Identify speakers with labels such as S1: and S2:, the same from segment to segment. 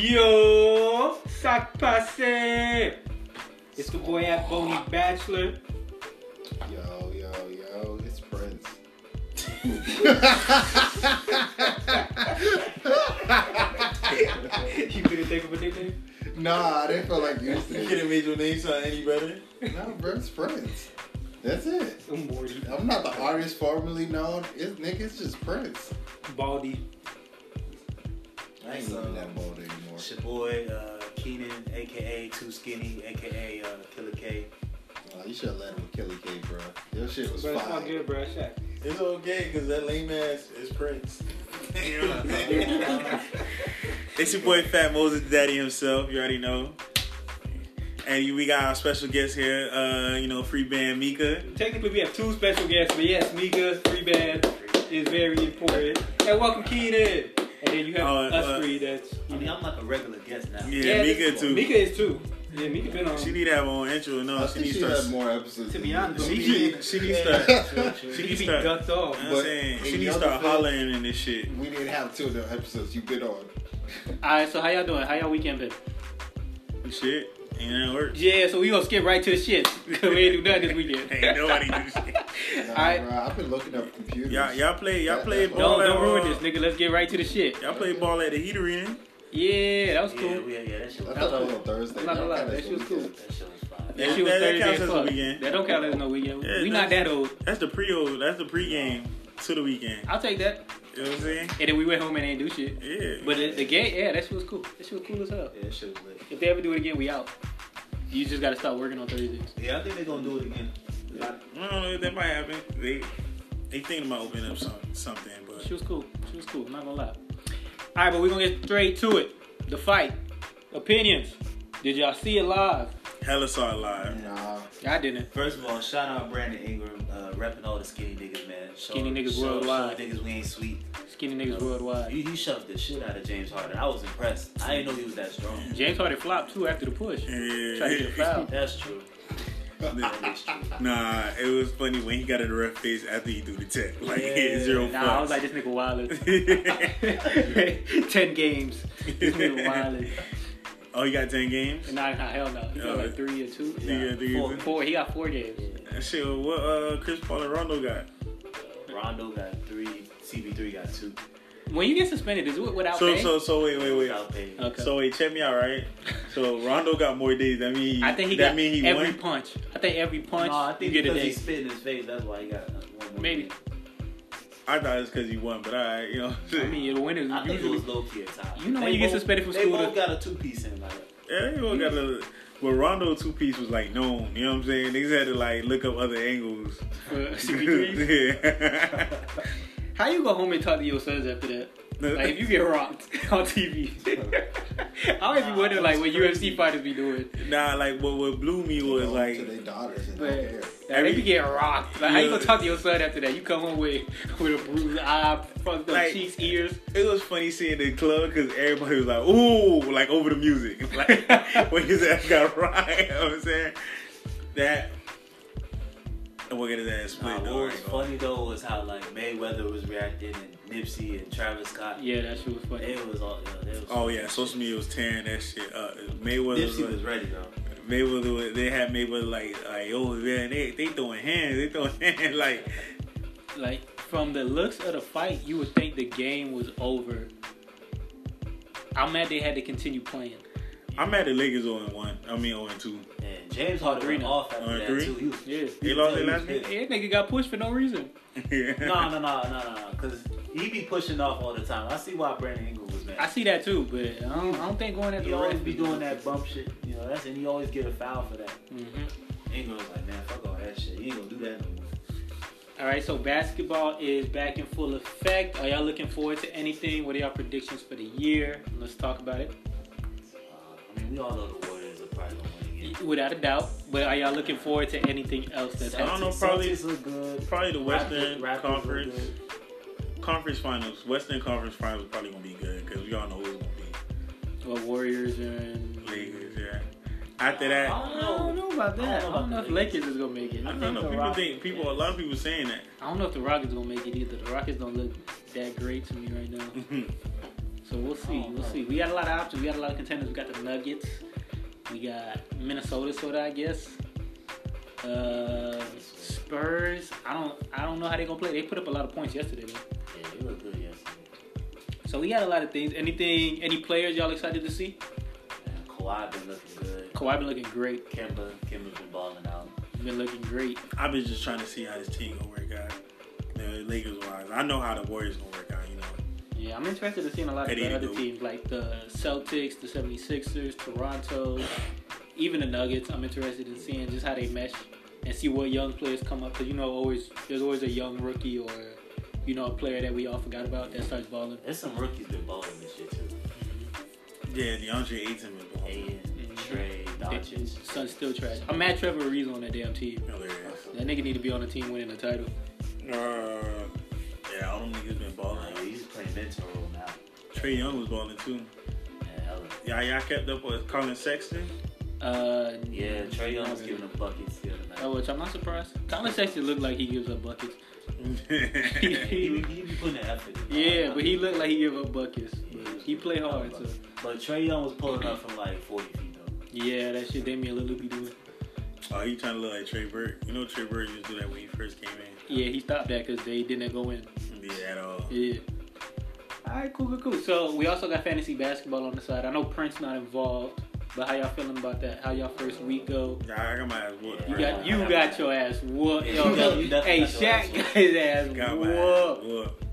S1: Yo, sac passe. It's the boy at Boney Bachelor.
S2: Yo, yo, yo, it's Prince.
S1: you couldn't think of a nickname?
S2: nah, I didn't feel like you used
S3: You
S2: to.
S3: could have made your name sound any better.
S2: No, bro, it's Prince. That's it.
S1: I'm Morty.
S2: I'm not the artist formerly known. It's nigga, it's just Prince.
S1: Baldy.
S2: I ain't
S3: So,
S2: even that bold anymore.
S3: It's your boy uh, Keenan, aka Too Skinny, aka uh, Killer K.
S2: Oh, you should have let him with Kelly K, bro. Your shit was
S1: But it's not
S2: fire.
S1: good, bro. Shaq.
S3: It's okay, cause that lame ass is Prince. You know what I'm saying? it's your boy Fat Moses Daddy himself. You already know. And we got our special guest here. Uh, you know, free band Mika.
S1: Technically, we have two special guests, but yes, Mika, free band is very important. And welcome Keenan. And then you have
S3: Uh,
S1: us
S3: uh,
S1: three. That's
S4: I mean, I'm like a regular guest now.
S3: Yeah, Mika
S1: this-
S3: too.
S1: Mika is too. Yeah, Mika been on.
S3: She need to have her own intro. No,
S2: I
S3: she
S2: think
S3: needs
S2: she
S3: to start.
S2: had more episodes.
S4: To
S2: than
S4: be
S2: you
S4: honest,
S2: did.
S3: She,
S4: She
S3: need-
S4: did.
S3: she needs to start.
S1: She
S3: She
S1: could
S3: needs
S1: be
S3: to start.
S1: ducked off.
S3: You know what
S2: But
S3: I'm saying?
S2: in
S3: She needs
S2: your
S3: to start
S2: defense-
S3: hollering in this shit.
S2: we didn't have two of the episodes you've been on.
S4: Alright, so how y'all doing? How y'all weekend been?
S3: Shit. Ain't that work?
S4: Yeah, so we gonna skip right to the shit. 'cause we ain't do nothing this weekend.
S3: Ain't nobody do shit.
S2: Nah,
S4: Alright.
S2: bro, I've been looking up computers.
S3: Y'all, y'all play, y'all
S2: That-
S3: play
S2: that-
S3: ball.
S4: Don't,
S3: at,
S4: don't ruin
S3: uh,
S4: this, nigga. Let's get right to the shit.
S3: Y'all play ball at the heater in.
S4: Yeah, that was
S5: Yeah,
S4: cool.
S5: we- yeah, that shit
S2: I
S5: was,
S4: That
S2: thought that
S4: was-
S2: was on Thursday.
S4: I'm not gonna lie,
S2: That
S4: that shit was cool.
S5: that shit was fire.
S4: That shit was
S3: That- that
S4: Thursday
S3: counts
S4: as
S3: as a
S4: fuck.
S3: weekend.
S4: That don't count as no weekend.
S3: Yeah,
S4: we not
S3: that's-
S4: that old.
S3: That's the pre that's the pregame to the weekend.
S4: I'll take that.
S3: You know what I'm saying?
S4: And then we went home and didn't do shit.
S3: Yeah.
S4: But the, the game, yeah, that shit was cool. That shit was cool as hell.
S5: Yeah, that shit was lit.
S4: If they ever do it again, we out. You just gotta stop working on Thursdays.
S5: Yeah, I think they're gonna do it again. Like,
S3: I don't know that might happen. They they thinking about opening up some, something, but
S4: She was cool. She was cool. I'm not gonna lie. All right, but we're gonna get straight to it. The fight. Opinions. Did y'all see it live?
S3: hella saw it live.
S2: Nah,
S4: I didn't.
S5: First of all, shout out Brandon Ingram, uh, repping all the skinny niggas, man. Show,
S4: Skinny niggas
S5: show,
S4: worldwide.
S5: Show niggas we ain't sweet.
S4: Skinny niggas worldwide.
S5: He, he shoved the shit out of James Harden. I was impressed. I didn't know he was that strong.
S4: James Harden flopped too after the push. Tried to get a
S3: Yeah.
S4: foul.
S5: That's true. That
S3: Yeah.
S5: is true.
S3: nah, it was funny when he got in the ref face after he threw the tech. Like he had zero fucks.
S4: Nah, I was like, this nigga wildin'. Ten games. This nigga wildin'.
S3: oh, he got ten games.
S4: And nah, nah, hell no. He got like three or two.
S3: Yeah, I think he
S5: Four.
S3: did.
S4: Four. He got four games.
S3: And shit, what uh, Chris Paul and Rondo got?
S5: Rondo got three. CB3 got two.
S4: When you get suspended, is it without
S3: So
S4: pay?
S3: so so wait wait wait.
S5: Without pay.
S4: okay.
S3: So wait, check me out, right? So Rondo got more days. That mean he,
S4: I think he
S3: that
S4: got
S3: mean he
S4: every
S3: won.
S4: punch. I think every punch
S5: no, I think
S4: you get a
S5: because
S4: day.
S5: he spit in his face, that's why he got uh, one more.
S4: Maybe.
S3: I thought it's because he won, but all right, you know.
S4: I mean, the winners
S5: I think it
S4: usually.
S5: was low key at times.
S4: You know
S5: They
S4: when you get
S5: both-
S4: suspended from
S5: They
S4: school
S5: both
S4: to-
S5: got a two piece in like
S3: Yeah, you got to. But Rondo two piece was like known. You know what I'm saying? Niggas had to like look up other angles.
S4: for CP3.
S3: yeah.
S4: How you go home and talk to your sons after that? Like if you get rocked on TV, I always be wondering like what UFC fighters be doing.
S3: nah, like what what blew me
S2: you
S3: was
S2: know,
S3: like
S2: to their daughters and
S4: But
S2: their hair.
S4: like, they be
S3: Every-
S4: getting rocked. Like how you
S3: Yeah.
S4: gonna talk to your son after that? You come home with with a bruised eye, fucked up
S3: Like-
S4: cheeks, ears.
S3: it was funny seeing the club because everybody was like ooh like over the music like when his ass got right. You know what I'm saying that. And we'll get his ass
S5: Nah,
S3: split.
S5: what
S3: though,
S5: was
S3: right?
S5: funny though was how like Mayweather was reacting and Nipsey and Travis Scott.
S4: Yeah, that shit was funny.
S5: They was all. You know, they was
S3: Oh yeah, social media was tearing that shit up. Mayweather was,
S5: Nipsey was ready though.
S3: Mayweather was- they had Mayweather like like oh man they they throwing hands they throwing hands like
S4: Like from the looks of the fight, you would think the game was over. I'm mad they had to continue playing.
S3: I'm at the Lakers on one I mean on two
S5: And James Harden
S4: Three
S5: went
S4: now.
S5: off after
S3: Uh,
S5: that
S3: three?
S5: too. He was,
S4: Yeah.
S3: they lost their last game.
S4: Yeah, nigga got pushed for no reason.
S5: no, no, no, no, no, no, because he be pushing off all the time. I see why Brandon Ingram was mad.
S4: I see that too, but I don't, I don't think going at the
S5: he always
S4: ref
S5: be
S4: is-
S5: doing that bump shit, you know. That's and he always get a foul for that.
S4: Mhm.
S5: Ingram was like, man, fuck all that shit. He ain't gonna do that no more.
S4: All right, so basketball is back in full effect. Are y'all looking forward to anything? What are y'all predictions for the year? Let's talk about it
S5: Uh, I mean, we all know the Warriors are probably gonna win again.
S4: without a doubt. But are y'all looking forward to anything else that's
S3: I don't
S4: happening?
S3: know, probably-
S5: Celtics look good.
S3: probably the Western
S5: Raptors- Raptors look
S3: Conference
S5: good.
S3: Conference Finals Western Conference Finals probably gonna be good because we all know who's gonna be
S4: Well, Warriors and
S3: Lakers yeah after that
S4: I don't know about that. I don't know,
S5: about
S4: if
S5: the
S4: Lakers is gonna make it.
S3: I don't know
S4: the
S3: people
S4: Rock-
S3: think people a lot of people saying that
S4: I don't know if the Rockets gonna make it either. The Rockets don't look that great to me right now. So we'll see. We'll see. We got a lot of options. We got a lot of contenders. We got the Nuggets. We got Minnesota, sort of, I guess. Uh, Spurs. I don't. I don't know how they're gonna play. They put up a lot of points yesterday, though.
S5: Yeah, they look good yesterday.
S4: So we got a lot of things. Anything? Any players y'all excited to see?
S5: Man, Kawhi been looking good.
S4: Kawhi been looking great.
S5: Kimba, Kimba's been balling out.
S4: Been looking great.
S3: I've been just trying to see how this team gonna work out. The Lakers wise, I know how the Warriors gonna work out. You know,
S4: Yeah, I'm interested in seeing a lot of
S3: They need
S4: the
S3: to
S4: other
S3: go.
S4: teams like the Celtics, the 76ers, Toronto, even the Nuggets. I'm interested in seeing just how they mesh and see what young players come up because you know always there's always a young rookie or you know a player that we all forgot about that starts balling.
S5: There's some rookies been balling this shit too.
S3: yeah, DeAndre Ayton been balling.
S5: Aiden, Trey, Doncic.
S4: Son's Mm-hmm. still trash. I'm mad Trevor Ariza on that damn team.
S3: Hilarious.
S4: That nigga need to be on the team winning the title.
S3: Uh, yeah, all them niggas been
S5: Balling.
S3: balling.
S5: Oh, He's playing mentor role now.
S3: Trey Young was balling too.
S5: Yeah, hella.
S3: Yeah, y'all kept up with Colin Sexton.
S4: Uh,
S5: Yeah, Trey Young was giving him buckets the other
S4: Oh,
S5: night.
S4: which I'm not surprised. Colin Sexton looked like he gives up buckets.
S5: He, be- he be putting the effort. in.
S4: Yeah, but he looked like he gave up buckets. But
S5: Yeah.
S4: he played hard, so
S5: But Trey Young was pulling up from like 40 feet though.
S4: yeah, that shit Damian Lillard be doing.
S3: oh, he trying to look like Trey Burke. You know Trey Burke used to do that when he first came in.
S4: Yeah, he stopped that because they didn't go in.
S3: Yeah, at all.
S4: Yeah. All right, cool, cool, cool. So we also got fantasy basketball on the side. I know Prince not involved, but how y'all feeling about that? How y'all first week go?
S3: Yeah, I got my ass whooped.
S5: You
S4: You
S3: bro.
S4: got you got your ass whooped.
S5: Yeah,
S4: yo.
S5: you got- you definitely
S4: hey,
S5: got your ass
S4: Shaq got his ass
S3: Got my ass
S4: whooped.
S3: whooped.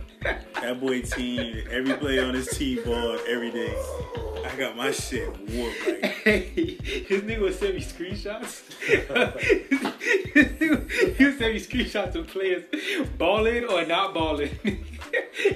S3: That boy team, every player on his team ball every day. I got my shit whooped. Like,
S4: Hey, this nigga was sending me screenshots. This nigga- he was sending me screenshots of players balling or not balling. and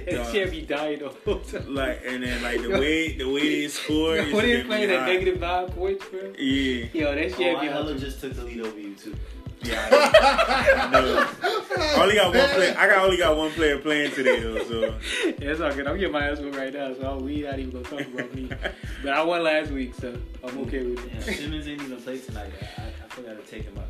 S3: Dog.
S4: Shaq be dying the whole time.
S3: like and then like the way the way they score.
S4: Yo,
S3: is
S4: what they
S3: gonna
S4: playing
S3: be
S4: at
S3: hot.
S4: negative nine points, bro?
S3: Yeah,
S4: Yo, that shit
S5: Oh,
S4: be
S5: I
S4: hella
S5: hella just took the lead over you too.
S3: yeah. I know. I know. only got one player. I got only got one player playing today though. So
S4: Yeah, it's all good. I'm getting my ass whooped right now, so we not even gonna talk about me. But I won last week, so I'm okay with
S5: Yeah,
S4: it.
S5: Simmons ain't even play tonight. I, I forgot to take him out.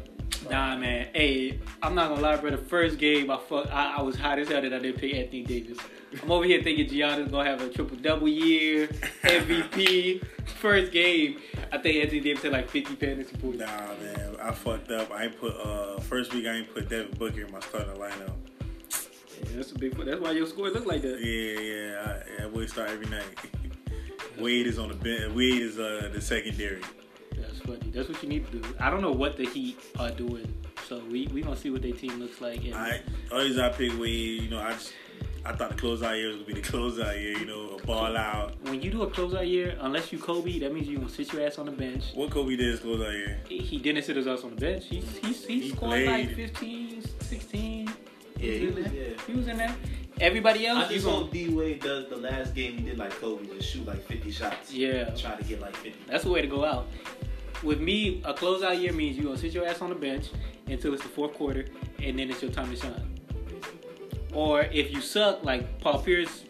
S4: Nah, man. Hey, I'm not gonna lie, bro. The first game, I fuck, I, I was hot as hell that I didn't pick Anthony Davis. I'm over here thinking Giannis gonna have a triple double year, MVP. First game, I think Anthony Davis had like 50 fantasy points.
S3: nah, man, I fucked up. I ain't put uh first week. I ain't put Devin Booker in my starting lineup.
S4: Yeah, that's a big. That's why your score looked like that.
S3: Yeah, yeah. I, I would start every night. Wade is on the bench. Wade is uh the secondary.
S4: That's funny. That's what you need to do. I don't know what the Heat are doing, so we we gonna see what their team looks like. And,
S3: I always I pick Wade. You know, I just I thought the closeout year was gonna be the closeout year. You know, a ball out.
S4: When you do a closeout year, unless you Kobe, that means you gonna sit your ass on the bench.
S3: What Kobe did is closeout year.
S4: He didn't sit his ass on the bench. He, he, he,
S3: He
S4: scored like
S3: played.
S4: 15, 16.
S5: Yeah, he
S4: in
S5: was-
S4: there.
S5: yeah.
S4: He was in there. Everybody
S5: I
S4: else, you
S5: just
S4: going
S5: hope D Wade does the last game he did like Kobe, just shoot like 50 shots.
S4: Yeah.
S5: Try to get like 50.
S4: That's the way to go out. With me, a closeout year means you gonna sit your ass on the bench until it's the fourth quarter, and then it's your time to shine. Or if you suck, like Paul Pierce,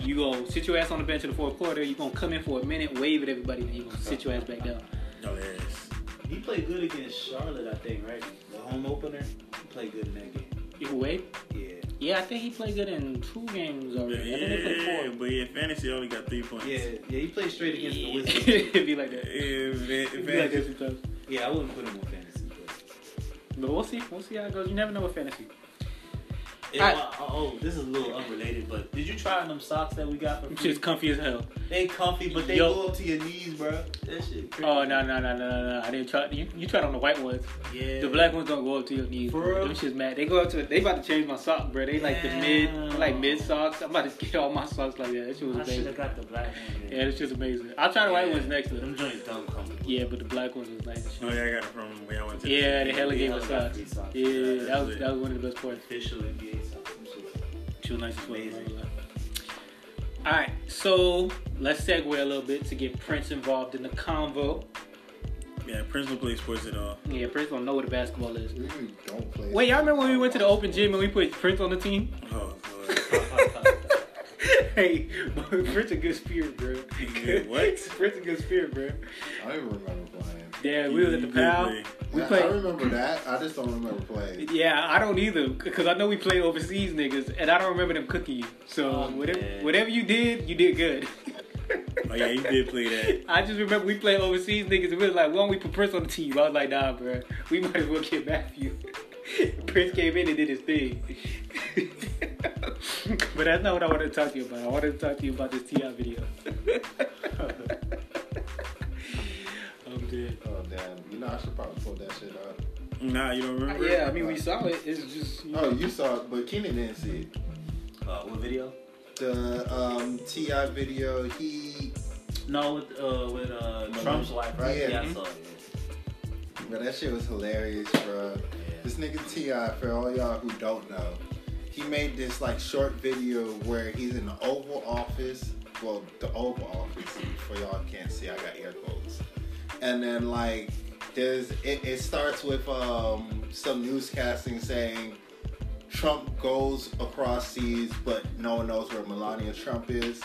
S4: you go sit your ass on the bench in the fourth quarter. You gonna come in for a minute, wave at everybody, then you gonna sit your ass back down.
S3: Hilarious.
S5: He played good against Charlotte, I think, right? The home opener. He played good in that game.
S4: You can wave.
S5: Yeah. Yeah,
S4: Yeah, I think he played good in two games
S3: Yeah,
S4: already. I think they played four.
S3: but yeah, fantasy only got three points.
S5: yeah, he played straight against the Wizards.
S4: It'd be like
S3: Yeah,
S4: that.
S3: fa-
S4: It'd be like that
S3: fantasy.
S4: sometimes.
S5: Yeah, I wouldn't put him on fantasy. but-
S4: But we'll see. We'll see how it goes. You never know with fantasy.
S5: Yeah,
S4: I-
S5: well, oh, this is a little unrelated, but did you try on them socks that we got from?
S4: I'm just comfy as hell.
S5: They comfy, but they
S4: Yo.
S5: go up to your knees, bro. That shit. Crazy.
S4: Oh no no no no no! no. I didn't try. You, you tried on the white ones.
S5: Yeah.
S4: The black ones don't go up to your knees.
S5: For
S4: bro.
S5: real?
S4: Them shit's mad. They go up to. They about to change my sock, bro. They like the mid,
S5: Damn.
S4: like mid socks. I'm about to get all my socks like that. That shit was
S5: I should
S4: amazing.
S5: have got the black one.
S4: Yeah, it's just amazing. I'll try the white ones next to
S5: Them
S4: them.
S5: joints don't comfortable.
S4: Yeah, but the black ones was nice. as
S3: Oh
S4: shit.
S3: yeah, I got it from when I went to.
S4: Yeah, they hella
S5: Yeah,
S4: gave
S5: I
S4: us
S5: got
S4: socks.
S5: three socks.
S4: Yeah,
S3: That's
S4: that was
S3: it.
S4: that was one of the best parts.
S5: Official NBA socks. Them shits.
S4: She was nice as well.
S5: Amazing.
S4: All right, so let's segue a little bit to get Prince involved in the convo.
S3: Yeah, Prince don't play sports at all.
S4: Yeah, Prince don't know what the basketball is.
S2: We don't play.
S4: Wait, y'all remember when we went to the open gym and we put Prince on the team?
S3: Oh lord.
S5: Uh,
S4: hey, Prince a good spirit, bro.
S3: He good what?
S4: Prince a good spirit, bro.
S2: I don't even remember playing.
S4: Yeah, we was at the PAL. We
S2: I, I
S4: played.
S2: remember that. I just don't remember playing.
S4: Yeah, I don't either, because I know we played overseas niggas, and I don't remember them cooking you. So
S5: Oh,
S4: whatever,
S5: man.
S4: whatever you did, you did good.
S3: Oh yeah, you did play that.
S4: I just remember we played overseas niggas, and we was like, "Why don't we put Prince on the team?" I was like, "Nah, bro, we might as well get Matthew." Prince came in and did his thing. but that's not what I wanted to talk to you about. I wanted to talk to you about this Ti video. I'm dead.
S2: Oh damn! You know I should probably pull that shit up.
S3: Nah, you don't remember?
S4: Yeah, I mean we saw it. It's just
S2: Oh, you saw it, but Keenan didn't see it.
S5: Uh, what video?
S2: The um, Ti video, he
S5: No, with uh, with uh, Trump's wife, right?
S2: Yeah.
S4: Mm-hmm.
S5: I saw it.
S2: Bro, that shit was hilarious, bro. This nigga Ti, for all y'all who don't know, he made this like short video where he's in the Oval Office. Well, the Oval Office, for y'all who can't see, I got air quotes. And then like, there's it, it starts with um, some newscasting saying Trump goes across seas, but no one knows where Melania Trump is.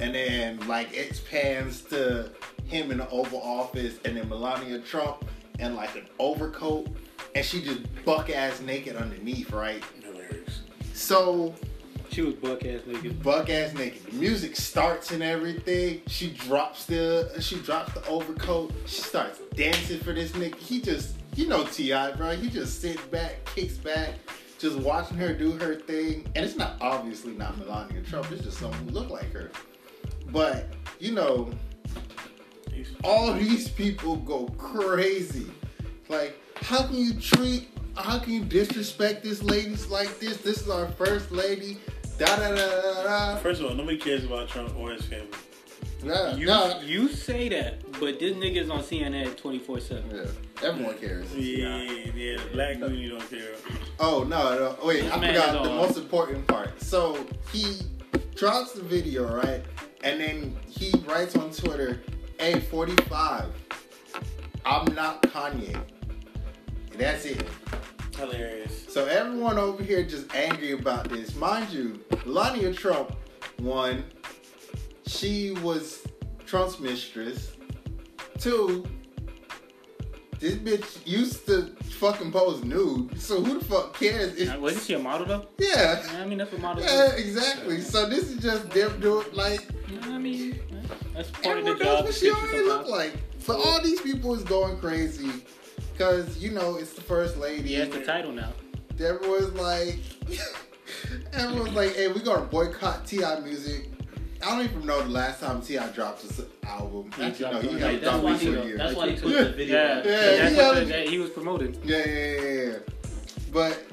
S2: And then like it pans to him in the Oval Office, and then Melania Trump in like an overcoat, and she just buck ass naked underneath, right?
S3: Hilarious.
S2: So
S4: she was buck ass nigga.
S2: buck ass naked. The music starts and everything. She drops the she drops the overcoat. She starts dancing for this nigga. He just you know Ti bro. He just sit back, kicks back, just watching her do her thing. And it's not obviously not Melania Trump. It's just someone who look like her. But you know all these people go crazy. Like, how can you treat, how can you disrespect this ladies like this? This is our first lady. Da da da da da. da.
S3: First of all, nobody cares about Trump or his family.
S2: Nah,
S4: You
S2: nah.
S4: you say that, but this nigga's on CNN 24 seven.
S2: Yeah, everyone cares.
S3: Yeah, yeah, yeah. The black community don't care.
S2: Oh no, no. wait,
S4: This
S2: I
S4: man is
S2: forgot the
S4: on.
S2: most important part. So he drops the video, right? And then he writes on Twitter, "Hey, 45, I'm not Kanye." And that's it.
S3: Hilarious.
S2: So everyone over here just angry about this. Mind you, Melania Trump one, she was Trump's mistress. Two, this bitch used to fucking pose nude. So who the fuck cares? If,
S4: Now, Wasn't she a model though?
S2: yeah.
S4: I mean that's what models. do.
S2: Yeah, exactly. So this is just them doing like
S4: You know what I mean, that's part of
S2: everyone
S4: the job.
S2: knows what she
S4: description
S2: already looked
S4: sometimes.
S2: like. But all these people is going crazy. Cause you know it's the first lady.
S4: Yeah, it's the title now.
S2: Everyone's like, everyone's like, hey, we gonna boycott Ti music. I don't even know the last time Ti dropped his album.
S4: He
S2: Actually,
S4: dropped
S2: no, he
S4: it.
S2: hasn't
S4: Like,
S5: That's
S2: dropped
S5: why
S2: it
S5: he.
S2: for a year.
S5: That's why he put
S2: Yeah.
S5: the video.
S4: Yeah,
S5: out.
S2: Yeah,
S4: that's
S2: he
S4: what
S2: had-
S4: that he was promoting.
S2: Yeah, yeah, yeah, yeah. But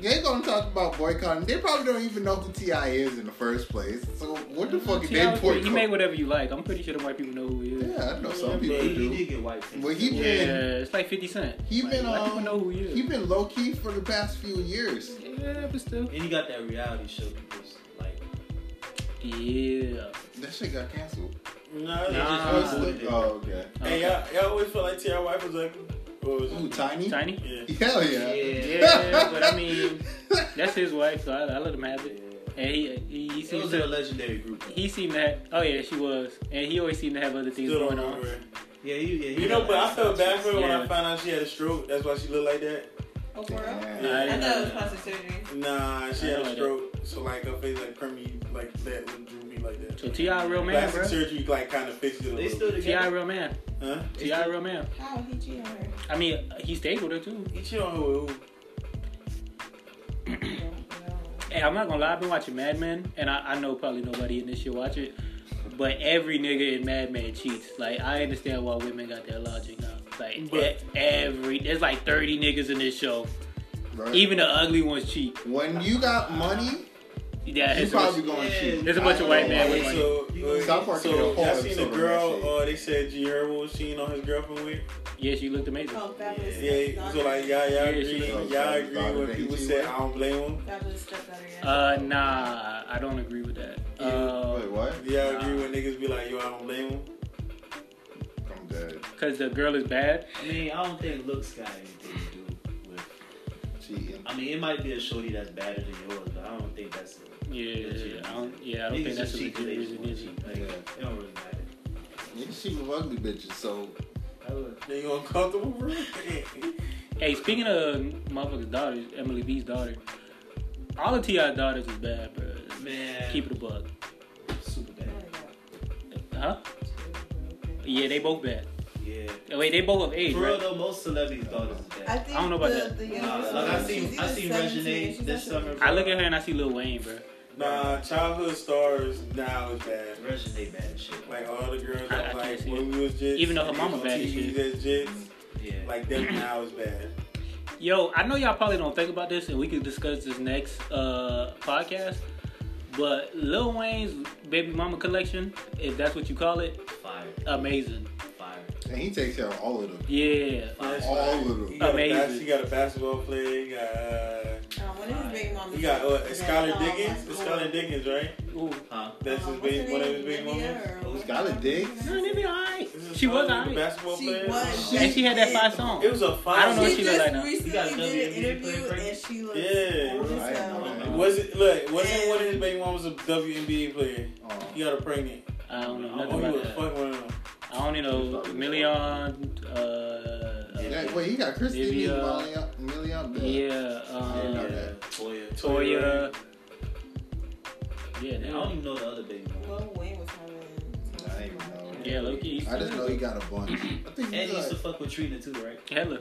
S2: they gonna talk about boycotting. They probably don't even know who Ti is in the first place. So what the fuck is
S4: See,
S2: they
S4: I was-
S2: boycotting?
S4: he made whatever you like. I'm pretty sure the white people know who he is.
S2: yeah, I know
S5: Yeah,
S2: some
S5: but
S2: people
S5: he, he
S2: do.
S5: did get wiped.
S2: But he
S4: Yeah,
S2: been
S4: it's like 50 Cent.
S2: he
S4: like,
S2: been
S4: white people know
S2: um
S4: who he is.
S2: he been low key for the past few years.
S4: yeah, but still.
S5: and he got that reality show. Because, like,
S4: Yeah.
S2: That shit got canceled.
S3: Nah.
S5: they
S4: Nah.
S5: just rebooted it.
S2: oh, okay.
S3: Hey,
S4: Okay.
S3: y'all, y'all always felt like T.I. wife was ugly. Or was
S2: Ooh,
S3: it?
S2: tiny.
S4: Tiny?
S3: Yeah.
S2: Hell
S4: Yeah, but I mean, that's his wife, so I, I let him have it. And he he, he
S5: It
S4: seems
S5: was a
S4: to
S5: legendary group. though.
S4: he seemed to have, oh yeah, she was, and he always seemed to have other things
S3: Still
S4: going
S3: don't
S4: on.
S3: remember it.
S5: Yeah, you, yeah. he
S3: You know,
S5: got
S3: but I
S5: that
S3: felt
S5: stuff.
S3: bad for her when I
S4: Yeah.
S3: found out she had a stroke. That's why she looked like that.
S6: Oh, for real?
S2: Damn.
S4: I
S6: I
S4: didn't
S6: thought it
S4: know
S6: was
S4: that.
S6: plastic surgery.
S3: Nah, she had
S4: I
S3: a
S4: know
S3: stroke. So like her face like creamy like that looked droopy like that.
S4: So Ti a real man,
S3: Plastic
S4: bro.
S3: surgery like kind of fixed it a
S5: They
S3: little.
S5: still
S4: Ti a
S5: together.
S4: real man.
S3: Huh?
S4: Ti a real man.
S6: How Oh, he cheated on her?
S4: I mean, he stayed with her too.
S3: He cheated on her with who?
S6: I don't know.
S4: Hey, I'm not gonna lie, I've been watching Mad Men, and I, I know probably nobody in this shit watch it, but every nigga in Mad Men cheats. Like, I understand why women got their logic now. Like, e-
S3: But-
S4: every, there's like 30 niggas in this show.
S2: Right.
S4: Even the ugly ones cheat.
S2: When you got money,
S4: Yeah,
S2: you
S4: it's
S2: probably
S4: probably,
S2: going to cheat.
S4: There's a bunch of white men with
S3: Wait,
S4: money.
S3: so, wait,
S2: South Park did a
S3: so
S2: whole
S3: y'all seen the
S2: episode on
S3: girl?
S2: that shit.
S3: Uh, they said G Herbo was cheating on his girlfriend with.
S4: yeah, she looked amazing.
S6: Oh, fabulous.
S3: Yeah, so like y'all, y'all
S4: Yeah, she
S3: agree,
S4: was-
S3: y'all agree when people said I don't blame him.
S6: Fabulous stepdaughter. Yeah.
S4: Uh, nah, I don't agree with that.
S3: Yeah.
S2: Wait,
S4: Uh,
S2: what?
S3: Y'all agree when niggas be like, yo, I don't blame him.
S2: I'm dead.
S4: Cause the girl is bad.
S5: I mean, I don't think looks got anything to do with.
S2: Cheating.
S5: I mean, it might be a shorty that's better than yours, but I don't think that's. A,
S4: Yeah, I don't, yeah, I don't
S5: niggas
S4: think that's
S5: just
S4: a
S5: cheat
S4: legit
S5: 'cause they just
S4: reason.
S5: wanna
S4: is it?
S5: cheat. Like,
S2: Yeah.
S5: It don't really matter.
S2: Niggas cheat with ugly bitches, so
S5: I would.
S3: Then you uncomfortable, bro?
S4: Hey, speaking of motherfuckers' daughters, Emily B's daughter, all of T.I. daughters is bad, bro.
S1: Man.
S4: Keep it a bug.
S5: Super bad.
S4: Huh? Yeah, they both bad.
S5: Yeah.
S4: Oh, Wait, they both of age,
S5: For real
S4: right?
S5: though, most celebrities' daughters is
S6: I
S5: bad.
S6: think
S4: I don't know about
S6: the,
S4: that.
S6: The
S5: Nah,
S6: youngest
S5: like, I
S6: one,
S5: seen-
S6: she's
S5: I
S6: either
S5: seen Regine
S6: 17, she's
S5: this
S6: like
S5: summer.
S4: I look at her and I see Lil Wayne, bro.
S3: Nah, childhood stars now is bad.
S5: Regine bad as shit.
S3: Like all the girls
S4: I- I
S3: that
S4: can't
S3: like
S4: see
S3: when we was jits,
S4: Even though her
S3: and
S4: mama
S3: on
S4: bad as
S3: TV
S4: shit.
S3: as jits,
S5: yeah.
S3: like them now is bad.
S4: Yo, I know y'all probably don't think about this, and we could discuss this next uh, podcast. But Lil Wayne's baby mama collection, if that's what you call it,
S5: fire,
S4: amazing.
S5: fire.
S2: And he takes care of all of them.
S4: Yeah.
S5: Fire.
S2: All of them.
S3: He got a
S4: Amazing.
S3: bas- He got a basketball player. He got uh,
S6: Um, one of his big mamas.
S3: he got uh,
S6: is
S3: Skylar
S6: um,
S3: Diggins.
S6: what's
S3: It's Skylar Diggins, right?
S4: Ooh.
S5: Huh?
S3: That's his
S6: um, what's
S3: big
S6: her
S3: one of
S6: name?
S3: his big
S6: Olivia
S3: ones.
S6: or what's
S2: Skylar
S6: her-
S2: Diggs?
S6: what's her
S4: No,
S6: name?
S4: they be alright.
S3: This is
S4: She was
S5: Oh,
S3: Skylar Diggins,
S4: alright.
S3: basketball
S6: She
S3: player.
S6: was.
S3: It
S4: And she had that
S6: did.
S4: five song.
S3: was a fire.
S4: I don't know what
S6: She
S4: she
S6: just
S4: look like now.
S6: recently
S5: got a
S6: did an
S5: WNBA
S6: interview
S5: player?
S6: and she looks
S3: Yeah,
S6: old as
S2: right.
S6: hell.
S2: Okay.
S3: Was it look? Wasn't
S6: And-
S3: one of his baby mamas a WNBA player?
S2: Oh.
S3: He got her pregnant.
S4: I don't know
S3: Oh,
S4: nothing
S3: he
S4: about
S3: was
S4: that.
S3: fucking one of them.
S4: I only know Million, uh,
S2: Yeah, wait, he got Christy
S4: Divya.
S2: Milian. Milian.
S4: uh, yeah,
S2: Yeah,
S4: um,
S2: yeah.
S5: Toya.
S4: Toya. Yeah,
S5: I
S4: that
S5: don't
S4: one.
S5: even know the other baby. mama.
S6: Lil Wayne was having.
S2: I ain't know.
S4: Yeah, Loki.
S2: I just know he got a bunch. I think
S5: And he
S2: he
S5: used to
S2: got,
S5: fuck with Trina too, right?
S4: Hella,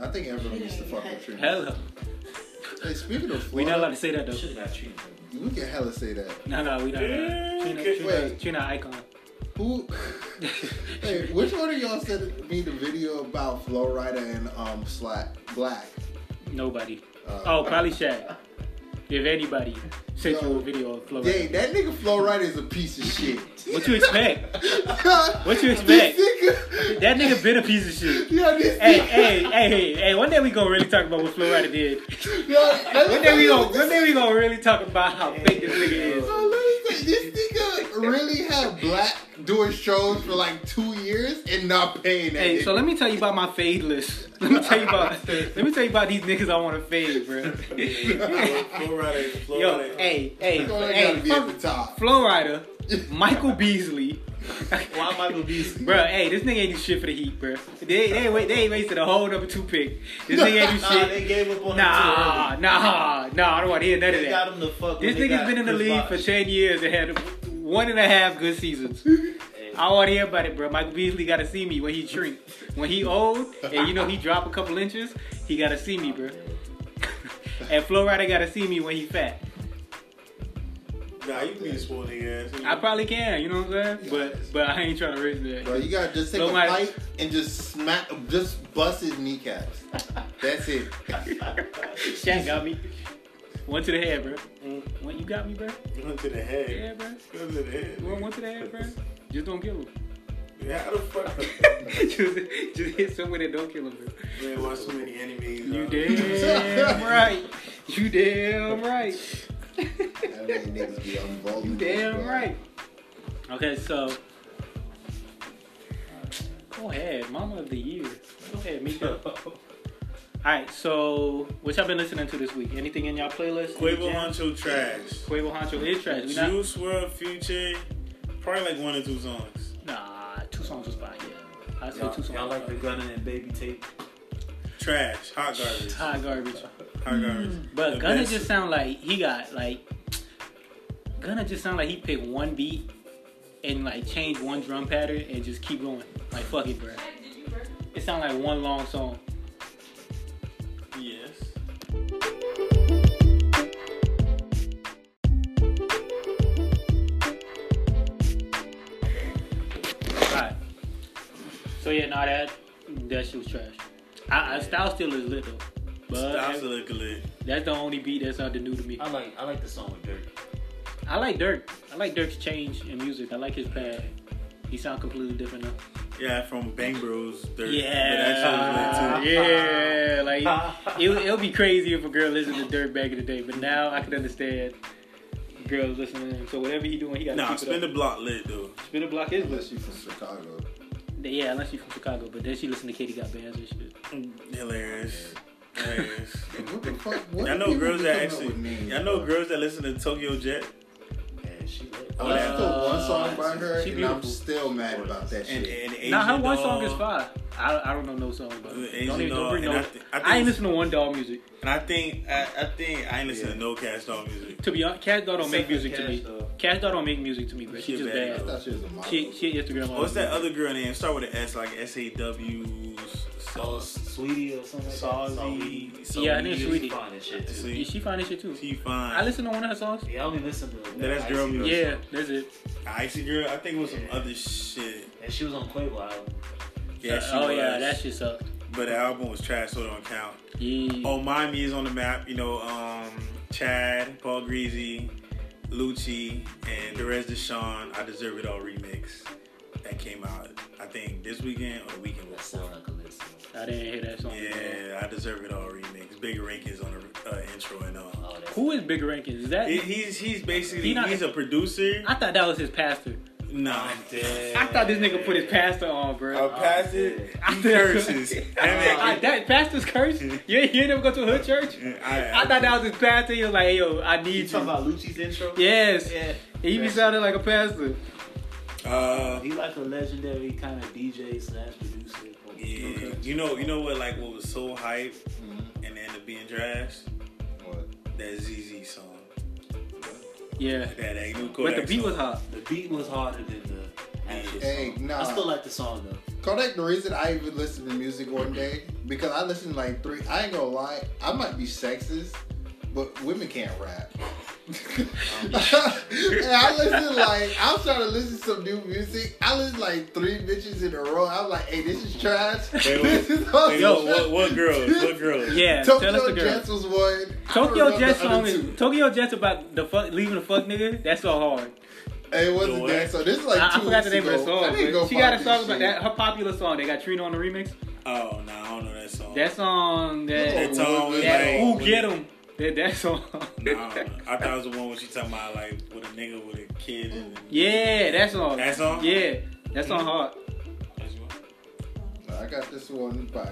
S2: I think everyone used to fuck with Trina.
S4: hella.
S2: Hey, speaking of
S4: We not allowed
S2: Florida,
S4: to say that though.
S5: Should have got Trina.
S2: we can hella say that.
S4: No, no, we not.
S3: Yeah,
S4: allowed. Trina,
S3: okay.
S4: Trina,
S2: Wait.
S4: Trina icon.
S2: Who? hey, which one of y'all sent me the video about Flow Rider and um Slack Black?
S4: Nobody.
S2: Uh,
S4: Oh, probably Shaq. If anybody sent you
S2: Yo,
S4: a video of Florida.
S2: Dang, that nigga Flow Rider is a piece of shit.
S4: What you expect? What you
S2: This
S4: expect?
S2: nigga,
S4: That nigga been a piece of shit.
S2: yeah, this
S4: Hey,
S2: nigga,
S4: hey, hey, hey, hey, one day we gonna really talk about what Florida did.
S2: yeah, let
S4: One
S2: me
S4: day we
S2: tell you
S4: gonna,
S2: what
S4: one
S2: this-
S4: day we gonna really talk about how big this nigga is.
S2: Oh, let me tell you, This nigga really had Black doing shows for like two years and not paying that.
S4: Hey, so
S2: nigga.
S4: let me tell you about my fade list. Let me tell you about let me tell you about these niggas I want to fade, bro.
S3: Florida,
S4: Yo,
S3: Florida.
S4: hey, hey,
S2: So they gotta
S4: hey,
S2: be at the
S4: fuck
S2: top.
S4: Flow Rider, Michael Beasley,
S5: Why Michael Beasley?
S4: bro. Hey, this nigga ain't do shit for the Heat, bro. They they ain't wait, they ain't wasted a whole number two pick. This nigga ain't do
S5: Nah,
S4: shit.
S5: they gave up on him
S4: Nah,
S5: too early.
S4: nah, nah. I don't want to hear none of
S5: They
S4: that.
S5: got him the fuck.
S4: This
S5: when they
S4: nigga's
S5: got
S4: been in the
S5: Chris
S4: league for
S5: Bosh.
S4: ten years and had one and a half good seasons.
S5: Hey,
S4: I want to hear about it, bro. Michael Beasley got to see me when he shrink. When he old and you know he drop a couple inches, he got to see me, bro. and Flo Rida got to see me when he fat.
S3: Nah, you be a sport nigga ass.
S4: I probably can, you know what I'm saying? But but I ain't trying to risk
S2: Bro,
S4: that.
S2: you gotta just take
S4: Don't
S2: a
S4: matter.
S2: fight and just smack, just bust his kneecaps. That's it.
S4: Shaq got me. One to the head, bro. One, you got me, bro.
S3: Gun Mm, to the head.
S4: Yeah, bro.
S3: Gun to the head.
S4: You want one to the head, bro? Just don't kill him.
S3: Yeah, how the fuck?
S4: just, just hit someone and don't kill him, bro.
S3: Man, watch so many enemies.
S4: You damn right. You damn right.
S2: That make niggas be unvulnerable,
S4: You damn
S2: bro.
S4: right. Okay, so uh, go ahead, Mama of the Year. Go ahead, Mika. All right, so what y'all been listening to this week? Anything in y'all playlist? Any
S3: Quavo
S4: jams?
S3: Honcho trash.
S4: Quavo Honcho is trash. We not,
S3: Juice World Future, probably like one or two songs.
S4: nah, two songs was fine. Yeah, I say two
S5: y'all,
S4: songs.
S5: y'all like the
S4: was
S5: Gunna and Baby Tape?
S3: Trash, hot
S4: fine.
S3: garbage, hot
S4: hot Mm. garbage.
S3: garbage.
S4: But
S3: The
S4: Gunna
S3: best.
S4: just sound like he got like Gunna just sound like he picked one beat and like changed one drum pattern and just keep going. Like fuck it, bro. It sound like one long song.
S3: Yes.
S4: Right. So yeah, nah that that shit was trash. I, I Style Still is lit though. But
S3: Stop the look lit.
S4: that's the only beat that's out there new to me.
S5: I like I like the song with Dirk.
S4: I like Dirk. I like Dirk's change in music. I like his pad. He sound completely different now.
S3: Yeah, from Bang Bros. Dirt.
S4: Yeah,
S3: But that shit was lit too.
S4: yeah. Like it, would- it would be crazy if a girl listened to Dirt back in the day, but now I can understand girls listening to him. So whatever he doing, he got to
S3: Nah,
S4: keep
S3: spin
S4: it
S3: the
S4: up.
S3: block lit though.
S4: spin the block is lit.
S2: Unless you from Chicago.
S4: Yeah, unless she's from Chicago, but then she listen to Katie Got Bands and shit.
S3: Hilarious. Hilarious.
S2: What the fuck? What
S3: I
S2: do
S3: know
S2: people
S3: girls
S2: be
S3: that
S2: coming up with
S3: actually.
S2: names
S3: I know
S2: for?
S3: girls that listen to Tokyo Jet.
S5: Yeah, she lit.
S2: I listened to one song by her,
S4: she
S2: and I'm
S4: beautiful.
S2: still mad about that
S3: And,
S2: shit.
S3: and Asian
S4: Nah, her one
S3: doll,
S4: song is fire. I, I don't know no song, but
S3: Asian
S4: don't even
S3: doll,
S4: don't bring
S3: and
S4: no.
S3: I
S4: I,
S3: thi- I think-
S4: ain't listen to one doll music.
S3: And I think I, I think I ain't listening to no Cash Doll music.
S4: To be honest, Cash Doll don't make music to
S5: Cash
S4: me.
S5: Doll.
S4: Cash Doll don't make music to me, bro. She
S3: She a
S4: just
S3: bad
S2: I
S4: bad.
S2: thought she was a model.
S4: She she Instagram. model.
S3: What's that other girl name? Start with an S, like S A W.
S5: Oh, sweetie or something. like that.
S3: Saucy.
S4: Yeah, I think
S5: She
S4: it's
S5: was
S4: Sweetie.
S5: fine and shit, too.
S4: Yeah,
S3: She,
S4: she fine as shit too.
S3: she fine.
S4: I listened to one of her songs.
S5: Yeah, I only listen to
S3: Yeah, that's girl
S5: Icy
S3: music.
S4: Yeah, that's it.
S3: Icy girl. I think it was some
S5: Yeah.
S3: other shit.
S5: And she was on Quavo album.
S3: Yeah, she
S4: oh
S3: was.
S4: yeah, that shit sucked.
S3: But the album was trash, so it don't count.
S4: Yeah.
S3: Oh, Miami is on the map. You know, um, Chad, Paul Greasy, Lucci, and Derez Deshawn. I deserve it all remix that came out. I think this weekend or the weekend
S5: That
S3: before.
S5: sound like a listen.
S4: I didn't hear that song.
S3: Yeah, I deserve it all remix. Big Rankin's on the uh, intro and all.
S5: Oh, that's
S4: Who is Big Rankins? Is that?
S3: He- He's he's basically
S4: He not-
S3: he's a producer.
S4: I thought that was his pastor.
S3: Nah,
S4: I thought this nigga put his pastor on, bro.
S3: a pastor
S4: I
S3: he
S4: thought-
S3: curses. That man-
S4: I- that pastor's curse? You ain't you ain't never go to a hood church? I thought that was his pastor. He was like, yo, I
S5: You
S4: need
S5: talking
S4: you.
S5: about Lucci's intro?
S4: Yes.
S5: Yeah.
S4: He be sounding like a pastor.
S3: Uh,
S5: He like a legendary kind of DJ slash producer.
S3: yeah.
S4: Okay.
S3: You know, you know what? Like what was so hype
S2: Mhm.
S3: and ended up being trash?
S2: What?
S3: That ZZ song.
S4: Yeah.
S3: That, that new
S4: But
S3: Kodak
S4: the beat
S3: song.
S4: was hot.
S5: The beat was harder than the actual
S2: Hey,
S5: song.
S2: nah.
S5: I still like the song though.
S2: Kodak, the reason I even listen to music one day, because I listen to like three, I ain't gonna lie, I might be sexist, but women can't rap. and I listen like, I was trying to listen to some new music. I listen to, like three bitches in a row. I was like, hey, this is trash.
S3: Wait,
S2: this is
S3: Wait,
S2: awesome.
S3: what, what, what girls? What girls?
S4: Yeah. tell us
S2: Tokyo
S4: the girl.
S2: Jets was one. I don't
S4: Tokyo
S2: know
S4: Jets
S2: the other
S4: song is
S2: two.
S4: Tokyo Jets about the fuck leaving the fuck nigga. That's so hard.
S2: It
S3: The
S2: wasn't
S3: what?
S2: that. So this is like
S4: I, I
S2: two
S4: forgot
S2: weeks
S4: the name
S2: ago.
S4: of the
S2: I
S4: song.
S2: didn't
S4: but
S2: go
S4: She got a
S2: find
S4: song
S2: this
S4: about
S2: shit.
S4: that. Her popular song. They got Trina on the remix.
S3: Oh, no, I don't know that song.
S4: That song.
S3: That
S4: That.
S3: song was
S4: that
S3: like.
S4: ooh, get him. That, that song.
S3: Nah, I don't know. I thought it was the one when she talking about like with a nigga with a kid. And,
S4: Mm. Yeah, that song.
S3: That song?
S4: Yeah, that song hard.
S2: I got this one by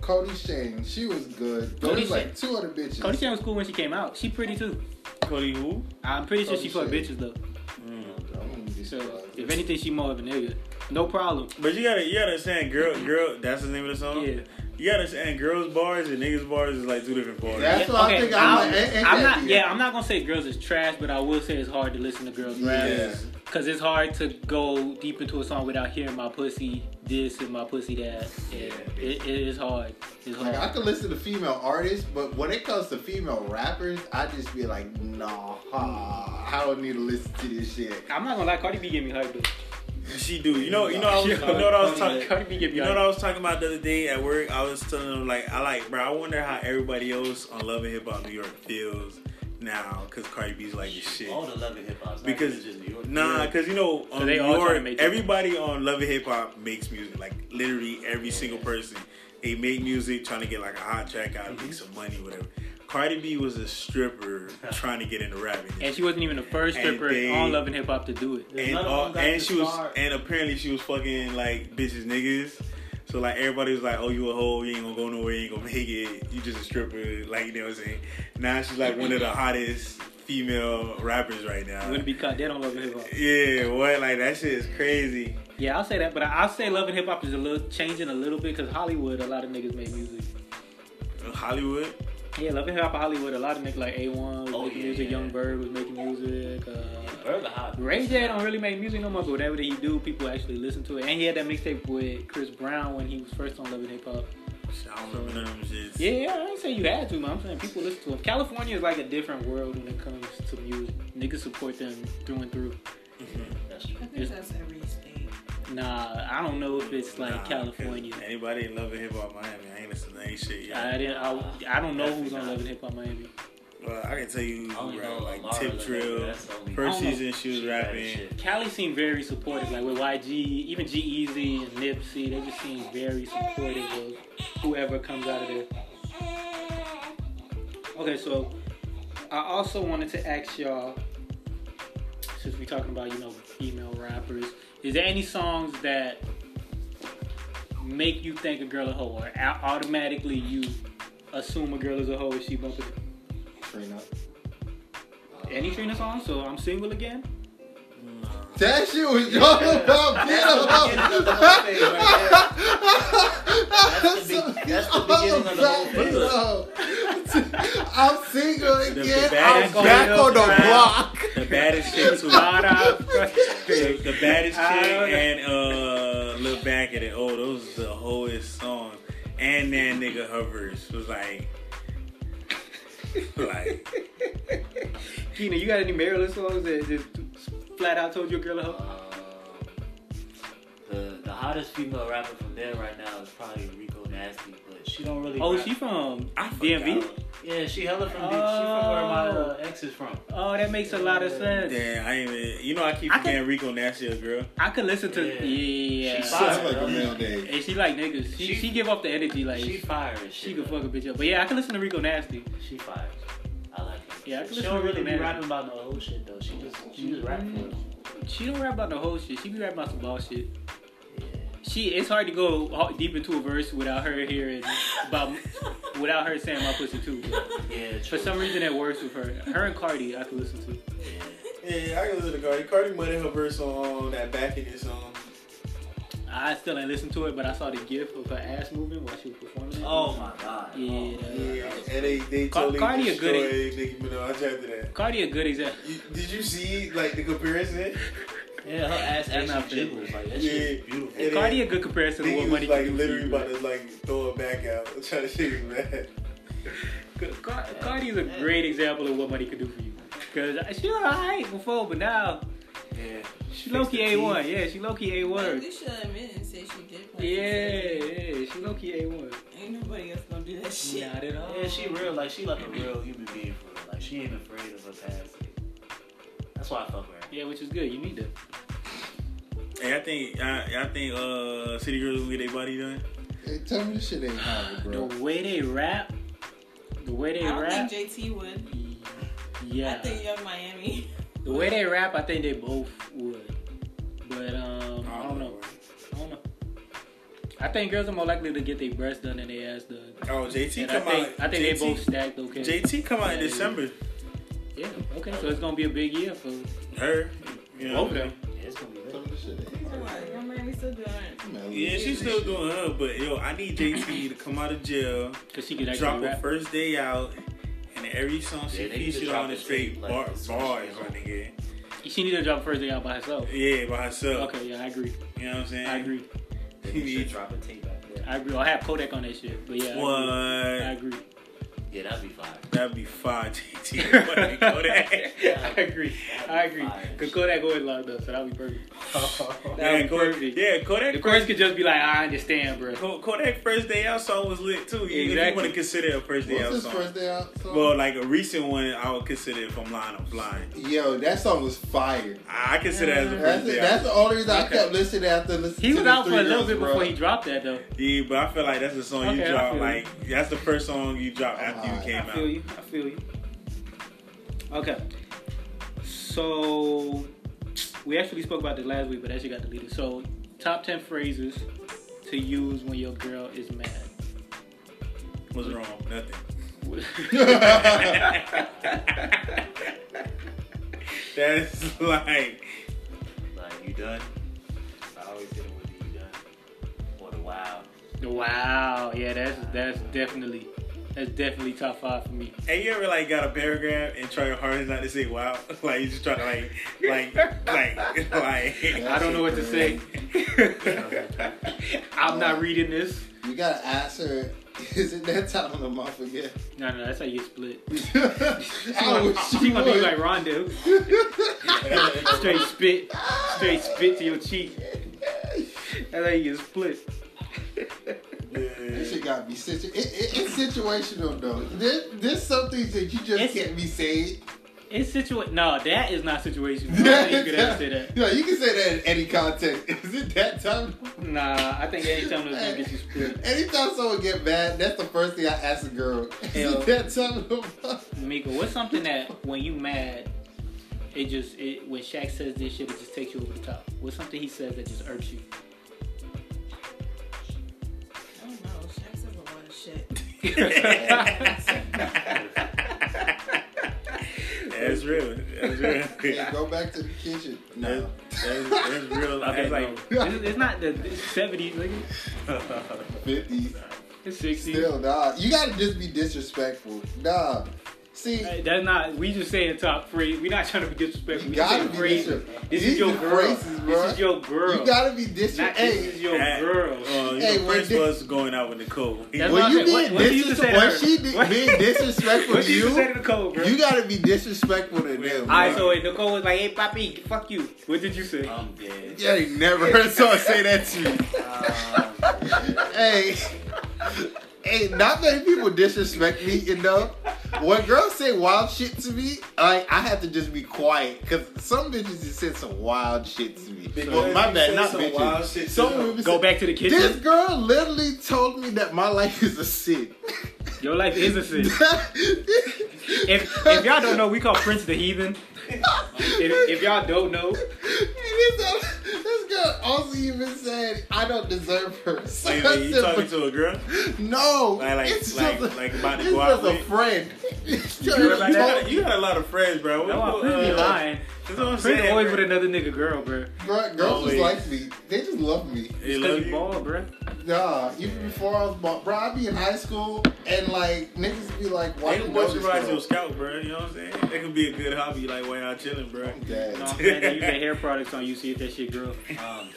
S2: Cody Shane. She was good. There
S4: Cody
S2: was like two other bitches.
S4: Cody Chan was cool when she came out. She pretty too.
S3: Cody who?
S4: I'm pretty sure
S2: Cody
S4: she fuck
S2: Shane.
S4: bitches though.
S3: Mm.
S2: I'm gonna be
S4: So
S2: surprised.
S4: if anything, she more of a nigga. No problem.
S3: But you gotta, you gotta understand, girl, girl. That's the name of the song.
S4: Yeah.
S3: You gotta understand, girls bars and niggas bars is like two different bars.
S2: That's what I think. I'm, like, eh, eh,
S4: I'm
S2: eh,
S4: not. Yeah, I'm not gonna say girls is trash, but I will say it's hard to listen to girls rap
S2: Yeah.
S4: because it's hard to go deep into a song without hearing my pussy this and my pussy that. Yeah, it, it is hard. It's
S2: Like I
S4: hard.
S2: can listen to female artists, but when it comes to female rappers, I just be like, nah, I don't need to listen to this shit.
S4: I'm not gonna lie, Cardi B gave me hype. though.
S3: She do. You know, you know, I was, you know what I was talking.
S4: Cardi B gave me
S3: You know what
S4: hype.
S3: I was talking about the other day at work? I was telling them like, I like, bro. I wonder how everybody else on Love and Hip Hop New York feels now, cause Cardi B's like the shit.
S5: All the love and hip hop's not
S3: Because-
S5: even just New York.
S3: Nah, cause you know on
S4: they
S3: New
S4: all trying to
S3: York,
S4: make it.
S3: everybody on Love and Hip Hop makes music. Like literally every single person, they make music trying to get like a hot track out,
S4: Mm-hmm.
S3: make some money, whatever. Cardi B was a stripper trying to get into rapping,
S4: And she wasn't even the first
S3: And
S4: stripper
S3: they-
S4: on Love and Hip Hop to do it.
S5: There's
S3: and,
S5: none of
S3: all,
S5: them got
S3: and
S5: the
S3: she was
S5: star.
S3: and apparently she was fucking like bitches niggas. So like everybody was like, "Oh, you a hoe? You ain't gonna go nowhere. You ain't gonna make it. You just a stripper." Like you know what I'm saying? Now she's like one of the hottest female rappers right now.
S4: I'm gonna be caught dead on Love and Hip Hop.
S3: Yeah, what? Like that shit is crazy.
S4: Yeah, I'll say that, but I- I'll say Love and Hip Hop is a little changing a little bit because Hollywood, a lot of niggas make music.
S3: Hollywood.
S4: Yeah, Love and Hip Hop Hollywood, a lot of niggas like A1 was
S5: Oh,
S4: making
S5: yeah,
S4: music,
S5: yeah.
S4: Young Bird was making music. Uh,
S5: Burger Hot.
S4: Ray J don't really make music no more, but whatever he do, people actually listen to it. And he had that mixtape with Chris Brown when he was first on Love and Hip Hop.
S3: Shit, I don't remember none of them shits.
S4: Yeah, yeah, I ain't say you had to, man. I'm saying people listen to him. California is like a different world when it comes to music. Niggas support them through and through.
S3: Mm-hmm.
S5: That's true.
S6: I think that's every state.
S4: Nah, I don't know if it's like
S3: Nah, 'cause
S4: California.
S3: Anybody in love and hip hop Miami? I ain't listening to any shit yet.
S4: I didn't. I, I don't know who's on Love and Hip Hop Miami.
S3: well, I can tell you,
S5: I only
S3: bro,
S5: know
S3: like
S5: Lara
S3: Tip
S5: Lee,
S3: Drill.
S5: that's the only-
S3: First
S4: I don't
S3: season she was
S5: She bad as
S3: rapping.
S5: shit.
S4: Cali seemed very supportive, like with YG, even G Easy and Nipsey, they just seem very supportive of whoever comes out of there. Okay, so I also wanted to ask y'all, since we're talking about, you know, female rappers, is there any songs that make you think a girl a hoe or a- automatically you assume a girl is a hoe if she bumping
S2: Trina.
S4: any Trina song? So I'm single again?
S2: That shit was all about
S7: That's the beginning of the whole thing right there. That's the, be- that's the beginning of the whole thing.
S2: Yo, I'm single
S3: The- the
S2: again. I'm
S3: baddest
S2: back
S3: girl
S2: on the
S3: around.
S2: block.
S3: The baddest shit too.
S4: Nah, nah.
S3: the, the baddest
S4: Oh I
S3: chick
S4: don't know.
S3: and uh look back at it. Oh, those was the hoest song. And that nigga her verse was like like
S4: Keena, you got any Maryland songs that just flat out told your girl to hoe?
S5: Um, the the hottest female rapper from there right now is probably Rico Nasty, but she don't really.
S4: Oh,
S5: rap.
S4: she from
S3: I
S4: DMV?
S3: forgot.
S5: Yeah, she hella from. D- She from where my uh,
S4: Oh.
S5: ex is from.
S4: Oh, that makes a lot of sense.
S3: Damn, I ain't even you know I keep
S4: I can-
S3: forgetting Rico Nasty a girl.
S4: I could listen to
S5: Yeah.
S4: yeah. yeah.
S5: She's
S2: Sounds
S5: fire.
S2: like a real day.
S4: and she like niggas. She,
S5: She-
S4: she give off the energy like
S5: She
S4: she,
S5: fire as shit.
S4: could
S5: though.
S4: fuck a bitch up. But yeah, I can listen to Rico Nasty.
S5: She fire. I like her.
S4: Yeah, I can
S5: she
S4: listen
S5: don't
S4: to
S5: really be
S4: Rico Nasty.
S5: rapping about no whole shit though. She just she just rap for us.
S4: She don't rap about the whole shit. She be rapping about some ball shit.
S5: Yeah.
S4: She it's hard to go ho- deep into a verse without her hearing about without her saying my pussy too.
S5: Yeah,
S4: For
S5: true.
S4: some reason that works with her. Her and Cardi I could listen to.
S5: Yeah.
S7: Yeah, I can listen to Cardi. Cardi money her verse on that back in this song.
S4: I still ain't listened to it, but I saw the gif of her ass moving while she was performing. it.
S5: Oh my god.
S4: yeah.
S7: Yeah, and they they
S4: Car-
S7: totally
S4: Cardi a
S7: destroyed
S4: goodie.
S7: Nicki Minaj after that.
S4: Cardi a good example.
S7: You, did you see like the comparison?
S5: Yeah, her ass
S4: That's not
S5: actually
S4: fair.
S5: jiggles like that.
S7: Yeah.
S5: Shit is beautiful.
S7: And
S4: Cardi a
S7: then
S4: good comparison to
S7: Nicki
S4: what
S7: was
S4: money
S7: like
S4: can do.
S7: literally
S4: for you.
S7: about to like throw it back out, trying to shake it back.
S4: Car- Cardi is a great example of what money could do for you. Cause she was alright before, but now
S7: Yeah,
S4: she low key a one. Yeah, she low key a
S6: Like,
S4: one.
S6: Alicia admitted and said she did
S4: Yeah,
S6: play.
S4: yeah, she low key a one.
S6: Ain't nobody else gonna do that shit.
S4: Not at all.
S5: Yeah, she real. Like she like a real human being for real. Like she ain't afraid of her past. That's why I fuck with her.
S4: Yeah, which is good. You need that.
S3: Hey, I think I, I think uh City Girls gonna get their body done.
S2: Hey, tell me this shit ain't hard, bro.
S4: The way they rap, the way
S6: I
S4: they
S6: don't
S4: rap.
S6: think JT would.
S4: yeah.
S6: I think Young Miami.
S4: The way they rap, I think they both would. But um, I don't know. I don't know. I think girls are more likely to get their breasts done than their ass done.
S3: Oh, JT
S4: And
S3: come
S4: I think
S3: out.
S4: I think
S3: JT
S4: they both stacked okay.
S3: JT come out in
S4: Yeah, yeah.
S3: December.
S4: yeah. Okay. So it's gonna be a big year for
S3: Her, you know.
S4: both of them.
S5: Yeah, it's gonna be
S2: Tell
S5: lit.
S2: me this shit ain't hard.
S6: Young Miami still doing it.
S2: I'm at
S3: Yeah,
S2: least this
S3: she's still
S2: shit.
S3: doing her, but yo, I need JT to come out of jail.
S4: Cause she could
S3: drop
S4: actually
S3: her
S4: rap.
S3: first day out, and every song she
S5: Yeah, they need to
S3: featured
S5: drop
S3: on is
S5: it,
S3: straight
S5: like,
S3: bar,
S5: it's-
S3: bars, my nigga.
S4: She need to drop first day out by herself.
S3: Yeah, by herself.
S4: Okay. Yeah, I agree.
S3: You know what I'm saying?
S4: I agree.
S5: They should drop a tape out there.
S4: I agree. I'll have Kodak on that shit. But yeah. I
S3: What?
S4: agree. I agree.
S5: Yeah, that'd be fire.
S3: That'd be fire, JT. What do you call that?
S4: I agree. I agree. Cause Kodak always locked up, so that'll be perfect. That'll
S3: Yeah,
S4: be
S3: Kodak-
S4: perfect.
S3: yeah,
S4: The
S3: Kodak.
S4: chorus could just be like, I understand, bro.
S3: Ko- Kodak first day out song was lit too. You- If
S4: Exactly.
S3: you want to consider a first day
S2: What's
S3: out
S2: his
S3: song.
S2: first day out song?
S3: well, like a recent one, I would consider it from Line of Flying.
S2: Yo, that song was fire.
S3: I I consider it as a
S2: That's,
S3: first day
S2: Mm, that's
S3: out.
S2: the only reason I
S4: Okay.
S2: kept listening after listening
S4: He
S2: to
S4: was
S2: the
S4: out for
S2: three
S4: a little
S2: girls,
S4: bit
S2: bro.
S4: before he dropped that, though.
S3: Yeah, but I feel like that's the song you
S4: Okay, I
S3: drop.
S4: feel
S3: Like that's the first song you
S2: Oh,
S3: drop after you
S2: Alright.
S3: came
S4: I
S3: out.
S4: feel you. I feel you. Okay. So we actually spoke about this last week, but that shit got deleted. So top ten phrases to use when your girl is mad.
S3: What's wrong? Nothing. That's like
S5: Like you done? I always hit him with the you done. Or the wow.
S4: wow. Yeah, that's that's definitely that's definitely top five for me.
S3: Hey, you ever like got a paragraph and try your hardest not to say wow? Like you just try to like, like, like, like.
S4: I don't know what to say. I'm not reading this.
S2: You gotta ask her, is it that time of the month again?
S4: No, no, that's how you split.
S2: I
S4: She
S2: wish
S4: gonna,
S2: you
S4: she gonna be
S2: would.
S4: like Rondo. straight spit, straight spit to your cheek. And then you get split.
S2: This shit gotta be situ- it, it, It's situational though. There, there's some things that you just
S4: It's-
S2: can't be saying.
S4: It's situa. No, that is not situational. I don't think you could ever say
S2: yeah,
S4: that.
S2: you can say that in any context. Is it that time?
S4: Nah, I think anytime that's gonna get you split.
S2: Anytime someone get mad, that's the first thing I ask a girl. Is
S4: Hell.
S2: it that time of the month?
S4: Mika, what's something that when you mad, it just it when Shaq says this shit, it just takes you over the top. What's something he says that just irks you?
S6: I don't know. Shaq says a lot of shit.
S3: That's That's real. That's
S2: Hey,
S3: real.
S2: go back to the kitchen. No.
S3: That's, that's real.
S4: Okay,
S3: That's like
S4: like, it's, it's not the it's 70s, nigga.
S2: 50s.
S4: It's 60s.
S2: Still, nah. You gotta just be disrespectful. Nah. See,
S4: Hey, That's not. We just saying top three. We're not trying to be disrespectful.
S2: You
S4: We
S2: gotta
S4: just saying
S2: be
S4: phrases.
S2: disrespectful.
S4: This
S2: These
S4: is your
S2: is
S4: girl.
S2: phrases, bruh.
S4: this is your girl.
S2: you gotta be disrespectful.
S4: not, this is
S2: Hey,
S4: your
S3: Hey.
S4: girl.
S3: Uh,
S2: Hey,
S3: you know,
S2: when
S3: Prince
S2: did-
S3: was going out with Nicole. He,
S4: That's
S2: when
S4: what
S2: you
S4: I'm saying.
S2: being
S4: What- what she used to
S2: dis-
S4: say to
S2: when
S4: her?
S2: she di-
S4: What-
S2: being disrespectful
S4: What
S2: to
S4: she used to say to
S2: you,
S4: Nicole, bro?
S2: you Uh, gotta be disrespectful to them.
S4: All right,
S2: bruh.
S4: so wait, Nicole was like, "Hey, papi, fuck you." What did you say?
S2: Uh,
S7: I'm dead.
S2: Yeah, you never heard someone say that to me. hey, hey, not many people disrespect me enough. When girls say wild shit to me, like I have to just be quiet because some bitches just said some wild shit to me. well, my bad, not
S7: some wild
S2: bitches.
S7: shit
S2: Some
S7: to them.
S2: women
S4: Go
S2: said-
S4: back to the kitchen.
S2: This girl literally told me that my life is a sin.
S4: Your life is a sin. If, if y'all don't know, we call Prince the heathen. If, if y'all don't know,
S2: And this, this girl also even said, "I don't deserve her." So
S3: wait,
S2: I
S3: wait, you
S2: said,
S3: talking to a girl?
S2: No,
S3: Like- like-
S2: it's
S3: like-
S2: just a,
S3: like about to
S2: it's
S3: go
S2: just
S3: out
S2: a
S3: with?
S2: friend.
S3: You got, you got a lot of friends, bro. What-
S4: no, I'm
S3: what,
S4: pretty
S3: uh,
S4: lying.
S3: That's what I'm
S4: Prince
S3: saying.
S4: always
S3: bro.
S4: with another nigga girl, bro.
S2: Bro, girls just
S3: Always.
S2: like me. They just love me.
S3: They
S4: Cause
S3: love
S4: he
S3: you.
S4: bald, bro.
S2: Nah, even before I was born, bro, I be in high school and like niggas be like, why
S3: They
S2: you
S3: can
S2: know this
S3: moisturize your
S2: girl?
S3: scalp, bro. You know what I'm saying? That could be a good hobby, like while y'all chilling, bro.
S4: You
S2: I'm
S4: know
S2: dead.
S4: what I'm saying? They use their hair products on you, see if that shit grow.
S3: Um,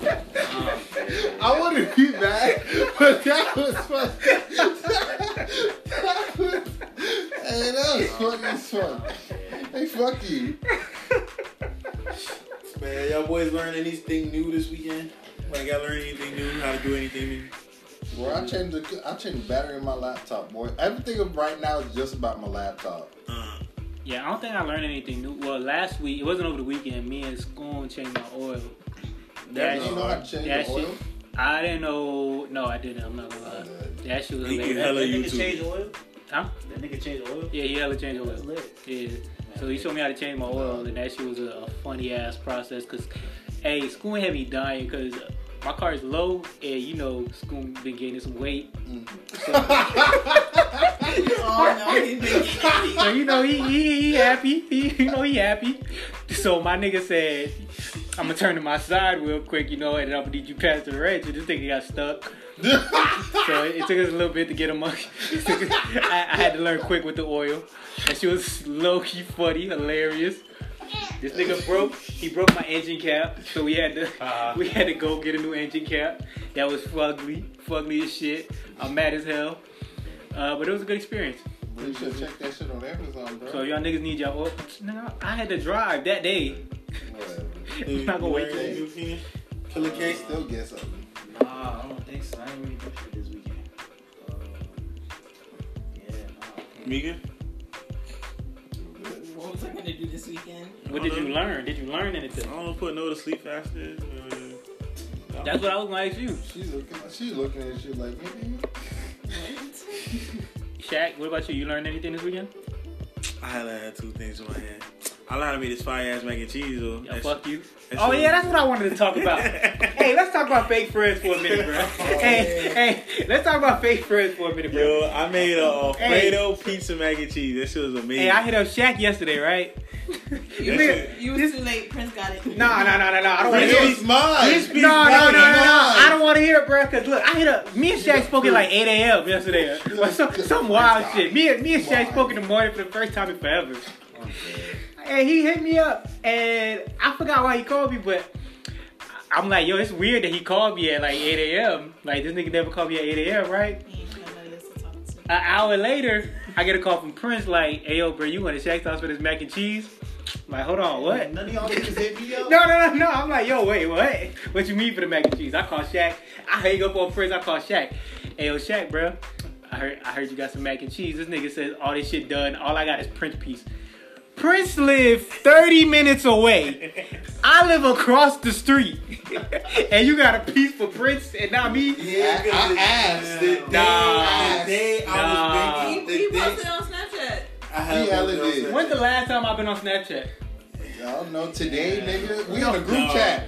S2: I want to be mad, but that was fun. that was, hey, that was funny as fuck. Hey, fuck you.
S7: Man, y'all boys learn anything new this weekend?
S3: Like, y'all learn anything new? How to do anything new?
S2: Bro, I changed the I changed the battery in my laptop, boy. Everything right now is just about my laptop.
S3: Uh,
S4: Yeah, I don't think I learned anything new. Well, last week it wasn't over the weekend. Me and Scone changed my oil. That
S2: you
S4: shit-
S2: know how to change
S4: that
S2: the oil?
S4: shit- I didn't know. No, I didn't. I'm not gonna lie. That shit was
S3: He
S4: hilarious.
S3: can hella
S7: that
S3: you
S7: nigga
S3: too.
S7: changed oil?
S4: Huh?
S7: That nigga changed oil?
S4: Yeah, he hella changed
S7: That's
S4: oil.
S7: lit.
S4: Yeah. So he showed me how to change my oil, and that shit was a, a funny ass process. Cause, hey, school had me dying because my car is low, and you know, school been gaining some weight.
S2: Mm.
S7: Oh, no, he didn't.
S4: So you know he he, he happy. He, you know he happy. So my nigga said, I'm gonna turn to my side real quick, you know, and I'm gonna need you past the red. So this nigga got stuck. so it, it took us a little bit to get him up. It took us- I, I had to learn quick with the oil. And she was low key funny, hilarious. This nigga broke. He broke my engine cap, so we had to we had to go get a new engine cap. That was fugly, fugly as shit. I'm mad as hell, uh, but it was a good experience.
S2: Bro, you should check that shit on Amazon, bro.
S4: So y'all niggas need y'all oil. Nigga, I had to drive that day.
S2: Whatever.
S4: I'm not
S3: Um,
S4: gonna wait. till-
S2: anything? Killer K still gets something.
S7: Nah, I don't think so. I ain't really do shit this weekend. Uh, yeah, nah.
S3: Mika?
S6: What was I gonna do this weekend?
S4: What did you learn? Did you learn
S3: I
S4: anything?
S3: don't know, put no to sleep faster. Uh,
S4: That's what I was gonna ask you.
S2: She's looking. She's looking at shit like, nigga,
S6: What?
S4: Shaq, what about you? You learned anything this weekend?
S3: I had two things in my head. I learned how to make this fire ass mac and cheese, though.
S4: Yeah, fuck you.
S3: that's
S4: Oh
S3: what-
S4: yeah, that's what I wanted to talk about. hey, let's talk about fake friends for a minute, bro. hey, hey, let's talk about fake friends for a minute, bro.
S3: Yo, I made a
S4: Hey.
S3: Alfredo pizza mac and cheese. That shit was amazing.
S4: Hey, I hit up Shaq yesterday, right?
S3: That's
S6: You, were,
S3: it.
S6: you was too late. Prince got it.
S4: No, no, no, no, no. I don't want to
S2: Prince
S4: hear
S2: is mine.
S4: This no, no, no, no, no. I don't want to hear it, bro. Cause look, I hit up. Me and Shaq spoke at like 8 a.m. yesterday. Or some, some wild shit. Me and me and Shaq spoke in the morning for the first time in forever. And he hit me up, and I forgot why he called me, but I'm like, yo, it's weird that he called me at like 8 a.m. Like this nigga never called me at 8 a.m. Right?
S6: He ain't got nobody else to talk to.
S4: An hour later, I get a call from Prince like, hey yo, bro, you want to Shaq's house for this mac and cheese? I'm like, hold on, what?
S7: None of y'all niggas hit me up?
S4: No, no, no, no. I'm like, yo, wait, what? What you mean for the mac and cheese? I call Shaq. I hang up on Prince. I call Shaq. Hey, yo, Shaq, bro. I heard, I heard you got some mac and cheese. This nigga says all this shit done. All I got is Prince piece. Prince live 30 minutes away. I live across the street, and you got a piece for Prince and not me.
S2: Yeah,
S7: Yeah,
S2: I, I
S7: because
S2: asked.
S7: the-
S4: Nah.
S7: The day
S4: Nah.
S7: I was
S6: He,
S7: baking,
S6: he
S7: the day
S6: posted on Snapchat.
S7: I had
S2: He hella
S7: one of those-
S2: did.
S4: When's the last time I've been on Snapchat?
S2: I don't know. Today, nigga, we on a group
S3: No.
S2: chat.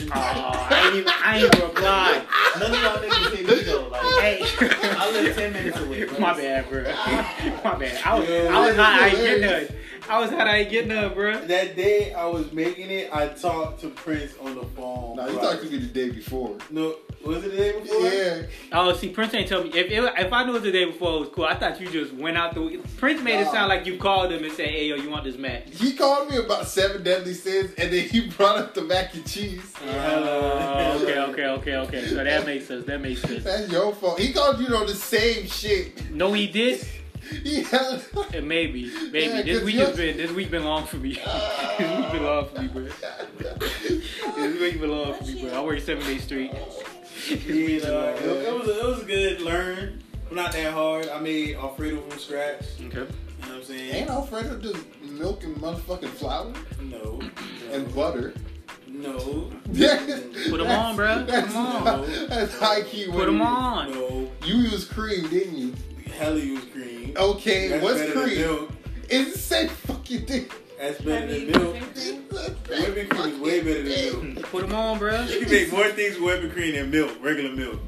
S4: Aw, I ain't even. I ain't reply.
S5: None of y'all niggas hit me though. Like,
S4: Hey,
S5: I live 10 minutes away. bro.
S4: my bad, bro. My bad. I was. I was hot. I ain't get none. I was hot. I ain't get none, bro.
S3: That day I was making it, I talked to Prince on the phone.
S2: No, you
S3: Like,
S2: thought you could the day before.
S3: No, was it the day before?
S2: Yeah.
S4: Oh, see, Prince ain't tell me. If it, if I knew it the day before, it was cool. I thought you just went out the. week- Prince made it
S2: Nah.
S4: sound like you called him and said, "Hey, yo, you want this match?"
S2: He called me about seven deadly sins, and then he brought up the mac and cheese.
S3: Uh,
S4: Oh, okay, okay, okay, okay. So that makes sense. That makes sense.
S2: That's your fault. He called you on the same shit.
S4: No, he did.
S2: He had,
S4: And maybe, maybe
S2: Yeah,
S4: this
S2: 'cause
S4: week
S2: you're-
S4: has been this week been long for me. this week been long for me, bro. This week been long for me, bro. I work seven days straight.
S3: You know, it, it was it was good. Learn, not that hard. I made Alfredo from scratch.
S4: Okay.
S3: You know what I'm saying?
S2: ain't Alfredo just milk and motherfucking flour
S3: No,
S2: and butter?
S3: no,
S4: Put 'em on, bro. Put 'em on.
S2: That's high key.
S4: Put them on.
S3: no.
S2: You use cream, didn't you?
S3: Hella use cream.
S2: Okay,
S3: That's
S2: what's
S3: better than
S2: cream?
S3: milk.
S2: It's the same fucking thing.
S3: That's
S6: I
S3: better
S6: mean,
S3: than milk.
S2: It's
S3: Whipping cream is way better than milk.
S4: Put them on, bro.
S3: You can make more things with whipping cream than milk, regular milk.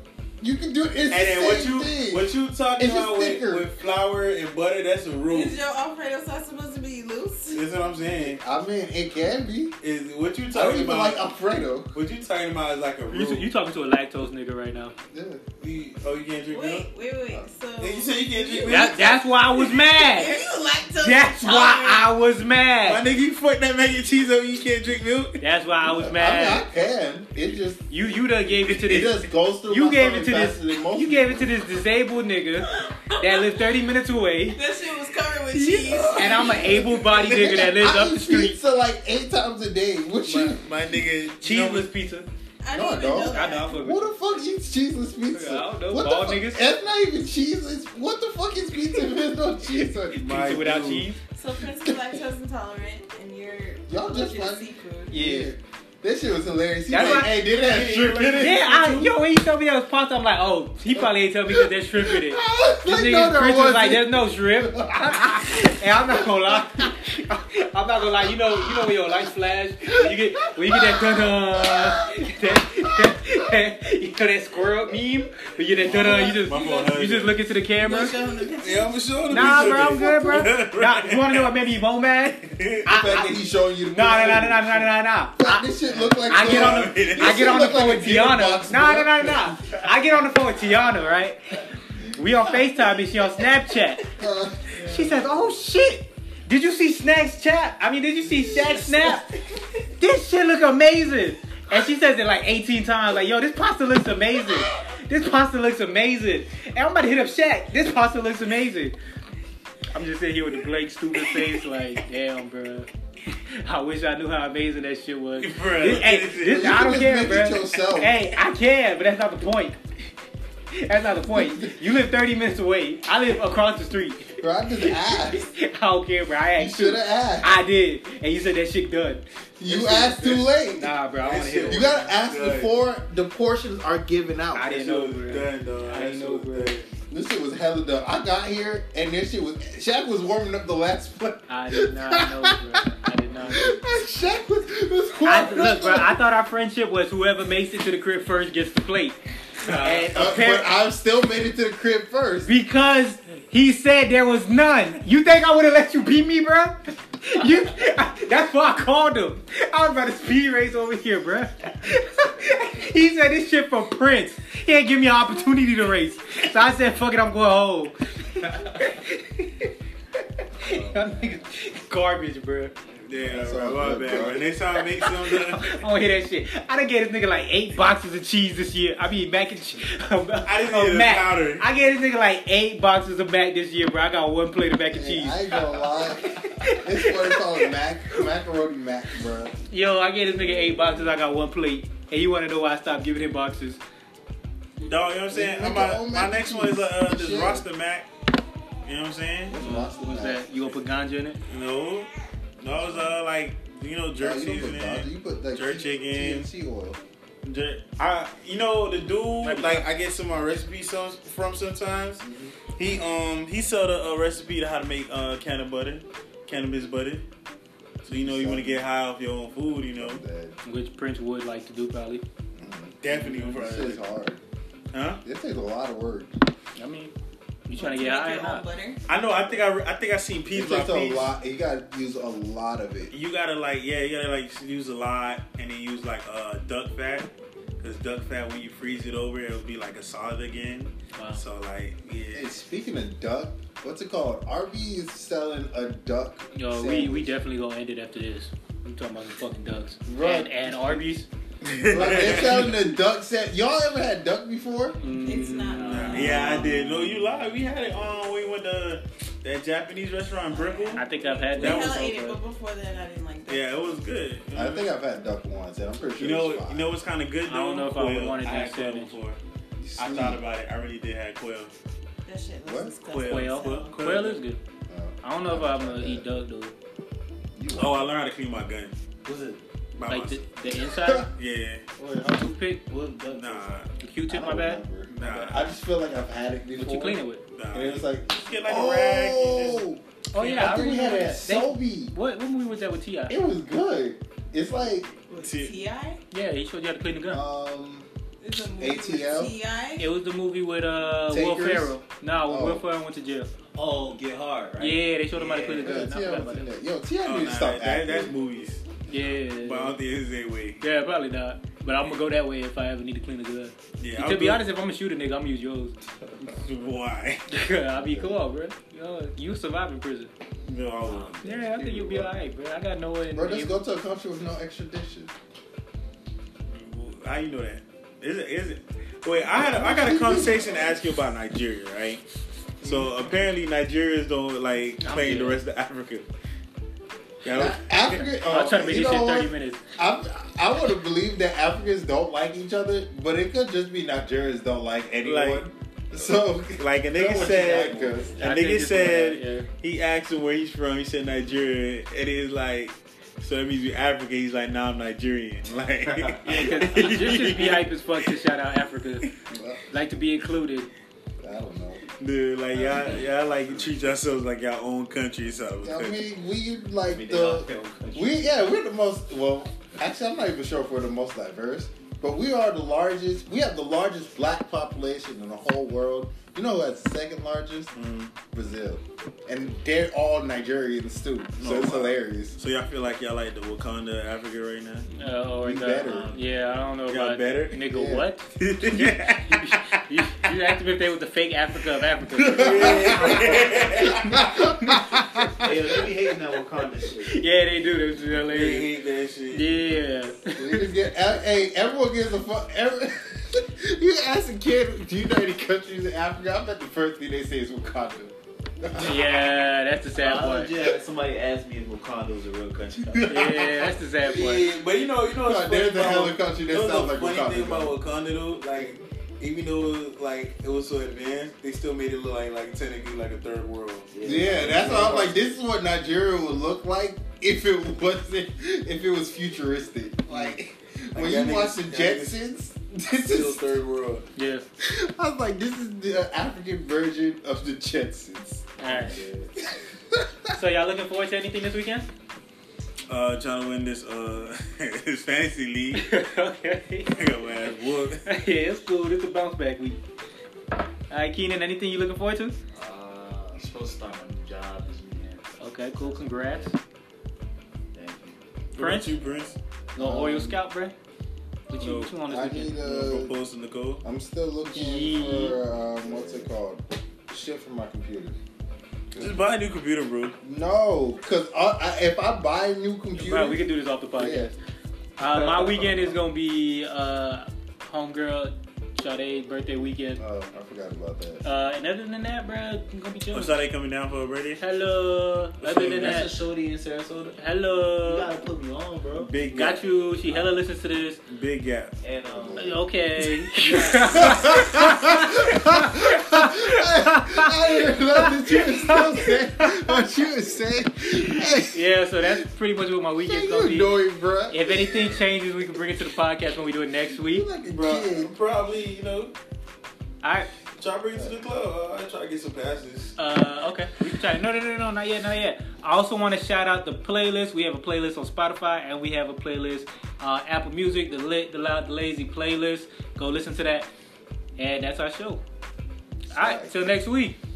S2: You can do it. It's
S3: And then
S2: the
S3: what
S2: same
S3: you
S2: thing.
S3: what you talking
S2: It's just
S3: about with,
S2: thicker.
S3: with flour and butter? That's a rule.
S6: Is your Alfredo sauce supposed to be loose?
S3: That's what I'm saying.
S2: I mean, it can be.
S3: Is what you
S2: I don't
S3: talking
S2: even
S3: about?
S2: like uh, Alfredo.
S3: what you talking about is like a
S4: You,
S3: rule.
S4: you talking to a lactose nigga right now?
S2: Yeah.
S3: You- oh, you can't
S6: Wait,
S3: drink milk.
S6: wait, wait. So.
S3: And you say you can't drink milk.
S4: That, that's why I was
S6: Are
S4: mad.
S6: you lactose?
S4: That's why I was
S3: My
S4: mad.
S3: nigga, you fucked that mac and cheese over. You can't drink milk.
S4: That's why I was
S2: I mean,
S4: mad.
S2: I can. It just
S4: You you done gave it to
S2: it
S4: this.
S2: just goes through.
S4: You
S2: my
S4: gave it
S2: stomach
S4: to
S2: faster than most
S4: this. You
S2: people.
S4: gave it to this disabled nigga that lived 30 minutes away.
S6: That shit was covered with cheese.
S4: and I'm an able-bodied nigga that lives
S2: I
S4: up the
S2: eat
S4: street.
S2: pizza like eight times a day. What you?
S3: My, my nigga,
S4: Cheeseless pizza.
S6: I
S2: No,
S6: don't even
S2: dog.
S6: know
S4: I know. I
S6: that.
S4: fuck
S2: Who
S4: with
S2: the fuck eats cheeseless pizza?
S4: I don't know,
S2: What
S4: bald
S2: the fuck?
S4: niggas.
S2: That's not even cheese. It's, what the fuck is pizza if there's no cheese on it?
S4: pizza without cheese.
S6: So Prince is lactose intolerant, and you're
S2: Y'all just
S6: allergic to
S2: like-
S6: seafood.
S4: Yeah.
S2: That shit was hilarious. He
S4: That's
S2: like,
S4: why-
S2: hey, did that shrimp in it?
S4: Yeah, I, yo, when he told me that was pasta, I'm like, oh, he probably ain't tell me because there's shrimp in it.
S2: I was
S4: This
S2: like,
S4: nigga
S2: no, there
S4: Prince was like, there's
S2: wasn't.
S4: no shrimp. and I'm not gonna lie. I'm not gonna lie. You know, you know when your lights flash, when you get when you get that dun that, that, that- you know that squirrel meme, when you get that dun you
S3: My boy
S4: just
S3: heard
S4: you just
S3: it.
S4: look into the camera.
S6: Show him the picture.
S3: Yeah, I'm sure. the
S4: Nah,
S3: pizza
S4: bro, I'm good, bro.
S3: Right.
S4: Nah, you wanna know what made me more mad?
S2: The fact that he's showing you the
S4: Nah,
S2: picture.
S4: nah, nah, nah, nah, nah, nah.
S2: Like, This shit look like
S4: I get on
S2: some-
S4: the I get on the phone with Tiana. Nah, nah, nah, nah. I get on the phone with Tiana, right? We on FaceTime and she on Snapchat.
S2: Uh,
S4: She says, "Oh shit, did you see Snack's chat? I mean, did you see Shaq snap? This shit look amazing." And she says it like 18 times, like, "Yo, this pasta looks amazing. This pasta looks amazing." And I'm about to hit up Shaq. This pasta looks amazing. I'm just sitting here with a blank, stupid face, like, "Damn, bro." I wish I knew how amazing that shit was.
S3: Bruh.
S4: This, hey, this,
S2: You
S4: I don't
S2: just
S4: care,
S2: make
S4: bro.
S2: it yourself.
S4: Hey, I can, but that's not the point. That's not the point. You live 30 minutes away. I live across the street.
S2: bro, I just asked.
S4: I don't care, bro. I
S2: You
S4: asked
S2: should
S4: you.
S2: have asked.
S4: I did, and you said that shit done.
S2: You asked too late.
S4: Nah, bro. I want to hear
S2: You
S4: it.
S2: gotta ask before the portions are given out.
S4: I
S3: That
S4: didn't
S3: shit
S4: know,
S3: was
S4: bro.
S3: done, dog.
S4: I
S3: That
S4: didn't
S3: shit
S4: know,
S3: was
S4: bro.
S3: done.
S2: This shit was hella dumb. I got here and this shit was Shaq was warming up the last play.
S4: I did not know, bro. I did not know.
S2: Shaq was, was
S4: I,
S2: warming
S4: look,
S2: up
S4: bro.
S2: the-
S4: I thought our friendship was whoever makes it to the crib first gets the plate. And
S2: Uh, but
S4: apparently,
S2: I still made it to the crib first.
S4: because he said there was none. You think I would have let you beat me, bro? You. That's why I called him. I was about to speed race over here, bro. he said this shit for Prince. He ain't give me an opportunity to race. So I said, fuck it, I'm going home. Y'all niggas garbage, bro.
S3: Yeah,
S2: That's
S3: bro,
S2: all
S3: my
S2: good,
S3: bad,
S2: bro.
S3: bro. Next time I make
S4: I
S3: something,
S4: don't hear that shit. I done gave this nigga like eight boxes of cheese this year. I mean, mac and cheese.
S3: I
S4: I
S3: just needed a powder.
S4: I gave this nigga like eight boxes of mac this year, bro. I got one plate of mac and
S2: Hey,
S4: cheese.
S2: I ain't gonna lie. This is what it's called mac, macaroni mac, bro.
S4: Yo, I gave this nigga eight boxes. I got one plate. And you want to know why I stopped giving him boxes?
S3: dog. You know what I'm saying? I'm
S2: Make your
S3: about,
S2: own
S3: my
S2: mac
S3: next
S2: and
S3: one is uh,
S2: cheese.
S3: this
S2: Shit.
S3: roster mac. You know Mm-hmm. what I'm saying?
S2: What's monster
S4: What's
S2: mac?
S4: that? You gonna put ganja in it?
S3: No, no, it's uh like you know
S2: Nah,
S3: jerk
S2: you don't put
S3: seasoning.
S2: butter. You put like
S3: jerk chicken.
S2: TNT oil.
S3: Jer- I, you know, the dude
S4: Maybe.
S3: like I get some of my recipes some, from sometimes. Mm-hmm. He um he sold a, a recipe to how to make uh can of butter, cannabis butter. So you know you want to get high off your own food, you know.
S2: That-
S4: Which Prince would like to do probably.
S3: Definitely,
S2: This
S3: bro.
S2: is hard.
S3: Huh?
S2: This takes a lot of work.
S4: I mean, you trying to get high or not?
S6: butter.
S3: I know. I think I, I think I seen
S2: It
S3: piece by
S2: takes a
S3: piece.
S2: lot. You gotta use a lot of it.
S3: You gotta like, yeah, you gotta like use a lot, and then use like uh duck fat, cause duck fat when you freeze it over, it'll be like a solid again.
S4: Wow.
S3: So like, yeah.
S2: Hey, speaking of duck, what's it called? RB is selling a duck.
S4: Yo, we,
S2: sandwich.
S4: we definitely gonna end it after this. I'm talking about the fucking ducks
S2: Right.
S4: and and Arby's.
S2: Like, they're selling a duck set. Y'all ever had duck before?
S3: Mm-hmm.
S6: It's not.
S4: Mm,
S3: yeah, I did. No, you lie. We had it on. when We went to that Japanese restaurant, Brickle.
S4: I think I've had
S6: We
S4: that.
S3: That
S6: hella
S3: was
S6: ate it,
S4: so
S6: but before then I didn't like that.
S3: Yeah, it was good.
S2: I think I've had duck once, and I'm pretty sure
S3: You know,
S2: it's fine.
S3: you know what's kind of good though.
S4: I don't know if I would
S3: Quail.
S4: want it
S3: I had
S4: that
S3: quail
S4: sandwich.
S3: before.
S2: Sweet.
S3: I thought about it. I really did have quail.
S6: That shit looks
S2: What?
S6: disgusting.
S3: Quail.
S4: Quail.
S3: Quail.
S4: Quail, is good. I don't know if I'm gonna eat duck though.
S2: You
S3: Oh, I learned how to clean my gun.
S5: What's it?
S3: By
S4: Like the,
S3: myself.
S4: the inside
S3: Yeah.
S4: toothpick,
S5: What duck?
S3: Nah.
S4: the Q-tip,
S2: I
S4: my
S2: don't
S4: bad.
S2: remember.
S3: Nah.
S2: I just feel like I've had it before.
S4: What you clean it with?
S3: Nah.
S2: And it was like,
S3: Just get like a rag. and just-
S2: oh,
S4: Oh
S2: I,
S4: yeah, I,
S2: think we
S4: already had
S2: had it at
S4: that. They,
S2: Sobe.
S4: what what movie was that with Ti?
S2: It was good. It's like
S6: With
S3: Ti.
S6: Ti.
S4: Yeah, he showed you how to clean the gun.
S2: um,
S6: It's a movie with
S2: ATL?
S6: Ti.
S4: it was the movie with uh Will
S2: Takers?
S4: Ferrell. No, when
S2: Oh.
S4: Will Ferrell went to jail.
S7: Oh, get hard, right?
S4: Yeah, they showed him how to
S7: Yeah.
S4: clean the
S2: yeah,
S4: gun. I
S2: T.I.
S4: forgot
S2: was
S4: about
S2: in
S4: that.
S2: there. Yo, Ti
S3: Oh,
S2: need
S3: nah,
S2: to stop
S3: that,
S2: acting.
S3: that's movies. But I
S4: Yeah.
S3: don't think it's their way.
S4: Yeah, probably not. But I'm gonna go that way if I ever need to clean the gun.
S3: Yeah.
S4: to be honest, if I'm a shooter, nigga, I'm gonna use yours.
S3: why?
S4: I'll be cool, bro. Yo, you survive in prison.
S3: No, I wouldn't.
S4: Yeah, I think you'll be alright, bro. I got no way.
S2: Bro, let's go to a country with no extradition.
S3: How you know that? Is it? Is it? Wait, I had a, I got a conversation to ask you about Nigeria, right? So apparently Nigerians don't like claim the rest of Africa. Yeah, I don't-
S2: Africa.
S4: I'll try to make
S2: you
S4: this
S2: know
S4: shit 30
S2: what?
S4: minutes.
S2: I'm, I want to believe that Africans don't like each other, but it could just be Nigerians don't like anyone. so,
S3: Like a
S2: That
S3: nigga
S2: was
S3: said,
S2: not good.
S3: a
S4: I think
S3: nigga
S4: it's like
S3: said
S4: that, yeah.
S3: he asked him where he's from. He said Nigeria, and he's like, so that means you African. He's like, nah, I'm Nigerian. Like,
S4: Yeah, because just to be hype as fuck to shout out Africa. Like to be included.
S2: I don't know.
S3: dude, like y'all, y'all like treat yourselves like your own country or something.
S2: I mean, we like
S7: We did our
S2: the
S7: film country.
S2: we yeah we're the most well. Actually, I'm not even sure if we're the most diverse, but we are the largest. We have the largest black population in the whole world. You know who has the second largest?
S3: Mm.
S2: Brazil, and they're all Nigerians too. So
S3: Oh,
S2: it's
S3: wow.
S2: hilarious.
S3: so y'all feel like y'all like the Wakanda of Africa right now?
S4: Uh, or
S2: You
S4: the,
S2: better.
S4: um, yeah, I don't know
S3: Y'all
S4: about
S3: better?
S4: Nigga,
S2: Yeah.
S4: what?
S3: yeah.
S4: you, you act as if they was the fake Africa of Africa.
S7: Hey, yo, they be hating that Wakanda shit.
S4: yeah, they do. That's hilarious.
S3: that shit.
S4: Yeah.
S2: Niggas get- eh, hey, everyone gives a fuck. Every, you ask a kid, do you know any countries in Africa? I bet the first thing they say is Wakanda.
S4: Yeah, that's the
S2: Oh,
S4: sad
S7: I
S4: part. Yeah,
S7: legit had somebody asked me if Wakanda was a real country.
S4: that's the sad part.
S8: Yeah, but you know, you know, what's
S2: God, there's
S8: funny
S2: a hell
S8: about-
S2: of a country that
S8: you know
S2: sounds
S8: what's
S2: like
S8: the funny thing
S2: Wakanda. bro.
S8: about Wakanda though, like even though it was, like it was so advanced, they still made it look like like technically like a third world.
S2: Yeah, that's why I'm like, this is what Nigeria would look like if it wasn't, if it was futuristic. Like, when
S8: that
S2: you watch
S8: nigga's-
S2: the
S8: that
S2: Jetsons, this
S8: Still
S2: is,
S8: third world.
S4: Yeah.
S2: I was like, this is the African version of the Jetsons.
S4: Alright. So y'all looking forward to anything this weekend?
S3: Uh, trying to win this uh this fantasy league.
S4: okay.
S3: I got my ass whooped.
S4: yeah, it's cool. It's a bounce back week. Alright, Keenan, anything you looking forward to?
S7: Uh, I'm supposed to start my new job this weekend.
S4: Okay, cool. Congrats.
S7: Thank
S3: What
S4: Prince?
S3: about you, Prince?
S4: No
S2: Um,
S4: Oreo Scout, bruh. What you,
S3: no.
S4: what you on this
S2: I
S4: weekend?
S2: need
S3: Uh,
S2: a.
S3: Propose to Nicole.
S2: I'm still looking
S4: Yeah.
S2: for um, what's it called? Shit for my computer.
S3: Just buy a new computer, bro.
S2: No, cause I, I, if I buy a new computer,
S4: Bro, we can do this off the podcast.
S2: yeah,
S4: Uh, my weekend is gonna be uh, homegirl Sade's birthday weekend.
S2: oh, I forgot about that.
S4: Uh, and other than that, bro, I'm gonna be
S3: I'm
S4: chilling.
S3: sorry they coming down for a birthday.
S4: Hello. Other
S3: up,
S7: you.
S4: than
S7: That's a
S4: that,
S7: shorty in Sarasota. You gotta
S4: hello.
S7: put me on, bro.
S3: Big gap.
S4: Got you. She hella listens to this.
S3: Big gap.
S7: And um,
S4: Okay.
S2: I didn't know that you were still saying what you were saying. Hey,
S4: yeah. So that's pretty much what my weekend's
S2: you
S4: gonna be.
S2: annoying, bro.
S4: If anything changes, we can bring it to the podcast when we do it next week.
S2: you like a
S8: Bro,
S2: kid.
S8: probably you know
S4: All right.
S8: try to bring it to the club. Uh, I try to get some passes.
S4: Uh, okay. We can try. No, no, no, no, not yet, not yet. I also want to shout out the playlist. We have a playlist on Spotify and we have a playlist uh, Apple Music, the Lit, the Loud, the Lazy playlist. Go listen to that, and that's our show. All right, till next week.